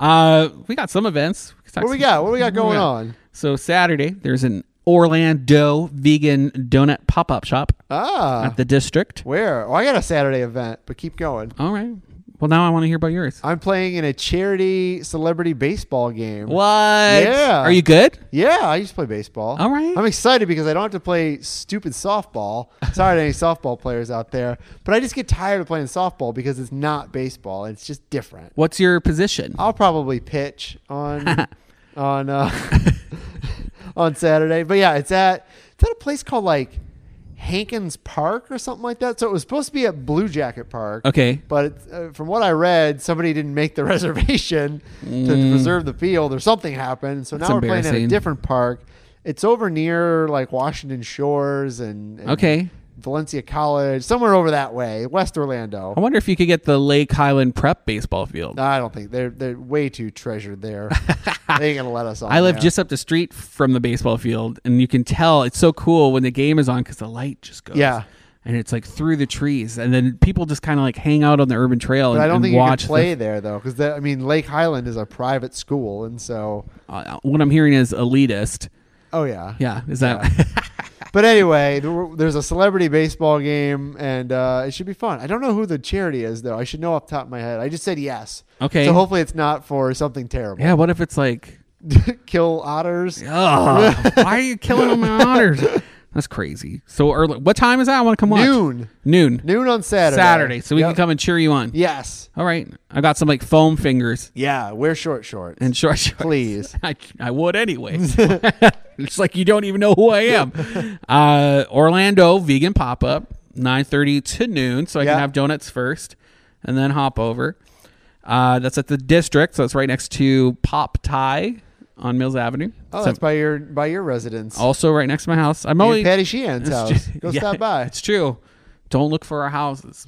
[SPEAKER 1] uh, we got some events. We can talk
[SPEAKER 2] what we
[SPEAKER 1] some-
[SPEAKER 2] got? What we got
[SPEAKER 1] we
[SPEAKER 2] going
[SPEAKER 1] got?
[SPEAKER 2] on?
[SPEAKER 1] So Saturday, there's an Orlando vegan donut pop-up shop
[SPEAKER 2] Ah,
[SPEAKER 1] at the district.
[SPEAKER 2] where? Oh, I got a Saturday event, but keep going.
[SPEAKER 1] All right. Well, now I want to hear about yours.
[SPEAKER 2] I'm playing in a charity celebrity baseball game.
[SPEAKER 1] What?
[SPEAKER 2] Yeah.
[SPEAKER 1] Are you good?
[SPEAKER 2] Yeah, I used to play baseball.
[SPEAKER 1] All right.
[SPEAKER 2] I'm excited because I don't have to play stupid softball. Sorry to any softball players out there, but I just get tired of playing softball because it's not baseball. It's just different.
[SPEAKER 1] What's your position?
[SPEAKER 2] I'll probably pitch
[SPEAKER 1] *laughs*
[SPEAKER 2] on on uh, *laughs* on Saturday, but yeah, it's at it's at a place called like Hankins Park or something like that. So it was supposed to be at Blue Jacket Park.
[SPEAKER 1] Okay.
[SPEAKER 2] But it's, uh, from what I read, somebody didn't make the *laughs* reservation to reserve the field, or something happened. So
[SPEAKER 1] Mm. That's
[SPEAKER 2] now we're playing at a
[SPEAKER 1] embarrassing.
[SPEAKER 2] different park. It's over near like Washington Shores and, and
[SPEAKER 1] Okay.
[SPEAKER 2] Valencia College, somewhere over that way, West
[SPEAKER 1] I
[SPEAKER 2] Orlando.
[SPEAKER 1] wonder if you could get the Lake Highland Prep baseball field.
[SPEAKER 2] I don't think they're they're way too treasured
[SPEAKER 1] *laughs*
[SPEAKER 2] there. they ain't gonna let us on.
[SPEAKER 1] I live
[SPEAKER 2] there.
[SPEAKER 1] just up the street from the baseball field, and you can tell it's so cool when the game is on because the light just goes.
[SPEAKER 2] Yeah.
[SPEAKER 1] And it's like through the trees, and then people just kind of like hang out on the urban trail.
[SPEAKER 2] But
[SPEAKER 1] and,
[SPEAKER 2] I don't
[SPEAKER 1] and
[SPEAKER 2] think you can
[SPEAKER 1] watch the-
[SPEAKER 2] play there though, because I mean Lake Highland is a private school, and so
[SPEAKER 1] uh, what I'm hearing is elitist.
[SPEAKER 2] oh yeah,
[SPEAKER 1] Yeah, is that?
[SPEAKER 2] But anyway, there were- there's a celebrity baseball game, and uh, it should be fun. I don't know who the charity is, though. I should know off the top of my head. I just said yes.
[SPEAKER 1] Okay.
[SPEAKER 2] So hopefully it's not for
[SPEAKER 1] *laughs*
[SPEAKER 2] something terrible.
[SPEAKER 1] yeah. What if it's like
[SPEAKER 2] Kill otters. *laughs*
[SPEAKER 1] Ugh, why are you killing all my honors? That's crazy. So early. What time is that? I want to come watch.
[SPEAKER 2] Noon.
[SPEAKER 1] Noon.
[SPEAKER 2] Noon on Saturday.
[SPEAKER 1] Saturday. So we can
[SPEAKER 2] Yep.
[SPEAKER 1] come and cheer you on.
[SPEAKER 2] Yes.
[SPEAKER 1] All right. I got some like foam fingers
[SPEAKER 2] Yeah. Wear short shorts.
[SPEAKER 1] and short shorts. *laughs*
[SPEAKER 2] Please.
[SPEAKER 1] I, I would
[SPEAKER 2] *laughs*
[SPEAKER 1] anyway. it's like you don't even know who I am. Uh, Orlando vegan pop up, nine thirty to noon, so I
[SPEAKER 2] Yeah.
[SPEAKER 1] can have donuts first, and then hop over. Uh, that's at the district, so it's right next to Pop Thai on Mills Avenue.
[SPEAKER 2] Oh,
[SPEAKER 1] So-
[SPEAKER 2] that's by your by your residence.
[SPEAKER 1] also right next to my house. I'm
[SPEAKER 2] Ian
[SPEAKER 1] only
[SPEAKER 2] Patty Sheehan's
[SPEAKER 1] Oh, It's
[SPEAKER 2] house.
[SPEAKER 1] ju-
[SPEAKER 2] Go
[SPEAKER 1] yeah,
[SPEAKER 2] stop by.
[SPEAKER 1] It's true. Don't look for our houses.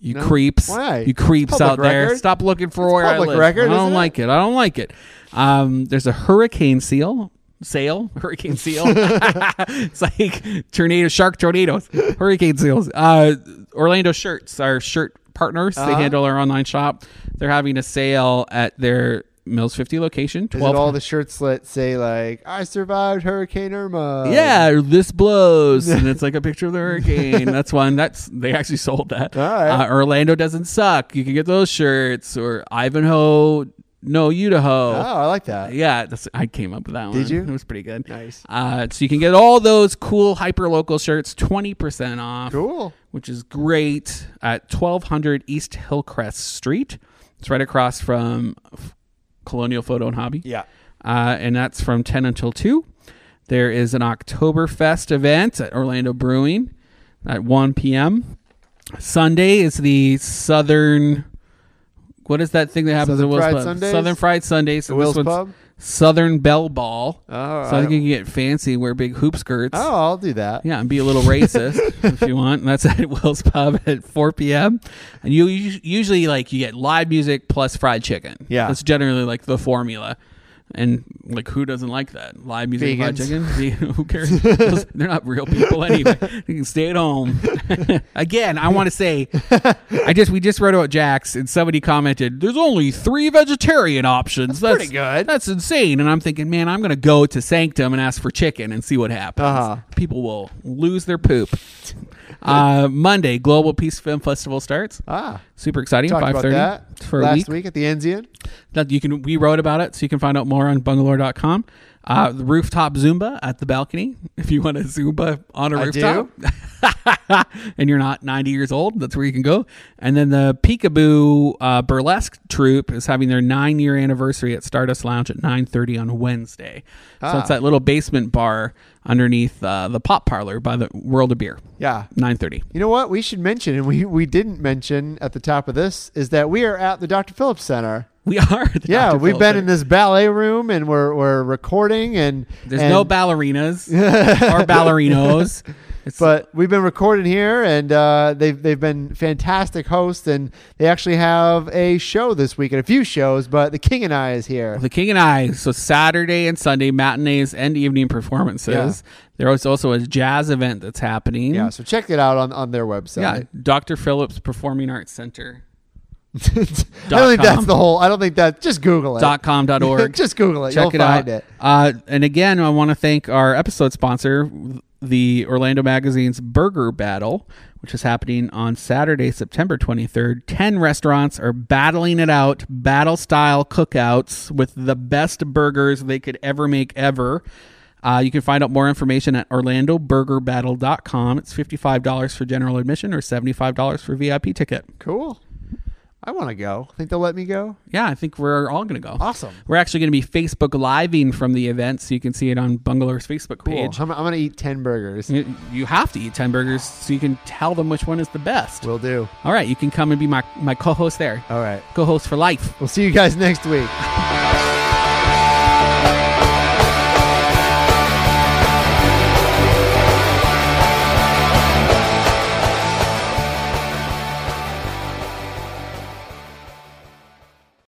[SPEAKER 1] You creeps.
[SPEAKER 2] Why?
[SPEAKER 1] You creeps
[SPEAKER 2] Public
[SPEAKER 1] out there.
[SPEAKER 2] record.
[SPEAKER 1] Stop looking for where I
[SPEAKER 2] public
[SPEAKER 1] live.
[SPEAKER 2] record,
[SPEAKER 1] I don't
[SPEAKER 2] isn't it?
[SPEAKER 1] like it? I don't like it. Um, there's a hurricane seal sale. *laughs* Hurricane seal. it's like tornado shark tornadoes. Hurricane seals. Uh, Orlando shirts are shirt partners.
[SPEAKER 2] Uh-huh.
[SPEAKER 1] They handle our online shop. They're having a sale at their Mills 50 location.
[SPEAKER 2] Is
[SPEAKER 1] 12
[SPEAKER 2] it all the shirts that say like "I survived Hurricane Irma"?
[SPEAKER 1] yeah, or this blows,
[SPEAKER 2] *laughs*
[SPEAKER 1] and it's like a picture of the hurricane. That's one. That's they actually sold that.
[SPEAKER 2] All right.
[SPEAKER 1] Uh, Orlando doesn't suck. You can get those shirts or Ivanhoe. No,
[SPEAKER 2] Oh,
[SPEAKER 1] Idaho.
[SPEAKER 2] I like that.
[SPEAKER 1] Yeah, that's, I came up with that one.
[SPEAKER 2] you?
[SPEAKER 1] *laughs* It was pretty good.
[SPEAKER 2] Nice.
[SPEAKER 1] Uh, so you can get all those cool hyper local shirts, twenty percent off,
[SPEAKER 2] Cool.
[SPEAKER 1] which is great at twelve hundred East Hillcrest Street. It's right across from Colonial Photo and Hobby
[SPEAKER 2] Yeah.
[SPEAKER 1] uh, and that's from 10 until 2. There is an Oktoberfest event at Orlando Brewing at 1 p.m. Sunday is the Southern what is that thing that happens
[SPEAKER 2] Southern
[SPEAKER 1] at Will's
[SPEAKER 2] Fried
[SPEAKER 1] Pub?
[SPEAKER 2] Sundays?
[SPEAKER 1] Southern Fried Sundays. So
[SPEAKER 2] Will's
[SPEAKER 1] this one's
[SPEAKER 2] Pub?
[SPEAKER 1] Southern Bell Ball.
[SPEAKER 2] Oh,
[SPEAKER 1] so
[SPEAKER 2] I
[SPEAKER 1] I think you can get fancy, wear big hoop skirts.
[SPEAKER 2] Oh, I'll do that.
[SPEAKER 1] Yeah, and be a little racist if you want. And that's *laughs* at Will's Pub at 4 p.m. And you us- usually like you get live music plus fried chicken.
[SPEAKER 2] Yeah.
[SPEAKER 1] that's generally like the formula. And like, who doesn't like that live music, and fried
[SPEAKER 2] Vegans.
[SPEAKER 1] chicken? *laughs* Ve- who cares? Those- they're not real people
[SPEAKER 2] *laughs*
[SPEAKER 1] anyway. You can stay at home. *laughs* Again, I want to say, I just we just wrote about Jax, and somebody commented, "There's only three vegetarian options. That's,
[SPEAKER 2] pretty good.
[SPEAKER 1] That's insane." And I'm thinking, man, I'm gonna go to Sanctum and ask for chicken and see what happens
[SPEAKER 2] Uh-huh.
[SPEAKER 1] people will lose their poop. Uh, Monday, Global Peace Film Festival starts.
[SPEAKER 2] Ah,
[SPEAKER 1] Super exciting.
[SPEAKER 2] talked
[SPEAKER 1] Five
[SPEAKER 2] about
[SPEAKER 1] thirty
[SPEAKER 2] that
[SPEAKER 1] for a
[SPEAKER 2] last
[SPEAKER 1] week.
[SPEAKER 2] at the Enzian.
[SPEAKER 1] That you can we wrote about it, so you can find out more on bungalore.com. Uh, the rooftop Zumba at the balcony. *laughs* If you want to Zumba on a
[SPEAKER 2] I
[SPEAKER 1] rooftop, *laughs* and you're not 90 years old, that's where you can go. And then the Peekaboo uh, Burlesque Troupe is having their nine year anniversary at Stardust Lounge at 9:30 on Wednesday.
[SPEAKER 2] Ah.
[SPEAKER 1] So it's that little basement bar underneath uh, the Pop Parlor by the World of Beer.
[SPEAKER 2] Yeah.
[SPEAKER 1] 9:30.
[SPEAKER 2] You know what? We should mention, and we, we didn't mention at the top of this, is that we are at the Dr. Phillips Center.
[SPEAKER 1] We are. at the
[SPEAKER 2] Yeah,
[SPEAKER 1] Dr.
[SPEAKER 2] we've
[SPEAKER 1] Phil
[SPEAKER 2] been
[SPEAKER 1] Center.
[SPEAKER 2] in this ballet room, and we're we're recording, and
[SPEAKER 1] There's
[SPEAKER 2] and-
[SPEAKER 1] no ballerinas
[SPEAKER 2] *laughs*
[SPEAKER 1] or ballerinos. It's
[SPEAKER 2] But we've been recording here, and uh, they've they've been fantastic hosts, and they actually have a show this week and a few shows. But the King and I is here.
[SPEAKER 1] The King and I. So Saturday and Sunday matinees and evening performances. There is also a jazz event that's happening.
[SPEAKER 2] Yeah, so check it out on, on their website.
[SPEAKER 1] Yeah, Dr. Phillips Performing Arts Center.
[SPEAKER 2] *laughs* I don't think
[SPEAKER 1] com.
[SPEAKER 2] that's the whole. I don't think that. Just Google it.
[SPEAKER 1] Dot com dot org.
[SPEAKER 2] *laughs* just Google it.
[SPEAKER 1] Check
[SPEAKER 2] You'll
[SPEAKER 1] it out.
[SPEAKER 2] find it.
[SPEAKER 1] Uh, and again, I want to thank our episode sponsor, the Orlando Magazine's Burger Battle, which is happening on Saturday, September 23rd. 10 restaurants are battling it out, battle style cookouts with the best burgers they could ever make ever. Uh, you can find out more information at orlandoburgerbattle.com. It's $55 for general admission or $75 for VIP ticket.
[SPEAKER 2] Cool. I want to go. Think they'll let me go?
[SPEAKER 1] Yeah, I think we're all going to go.
[SPEAKER 2] Awesome.
[SPEAKER 1] We're actually going to be Facebook living from the event, so you can see it on Bungalow's Facebook
[SPEAKER 2] Cool.
[SPEAKER 1] page.
[SPEAKER 2] I'm, I'm gonna eat ten burgers.
[SPEAKER 1] You, you have to eat 10 burgers so you can tell them which one is the best.
[SPEAKER 2] Will do.
[SPEAKER 1] All right, you can come and be my, my co host there.
[SPEAKER 2] All right.
[SPEAKER 1] Co host for life.
[SPEAKER 2] We'll see you guys next week.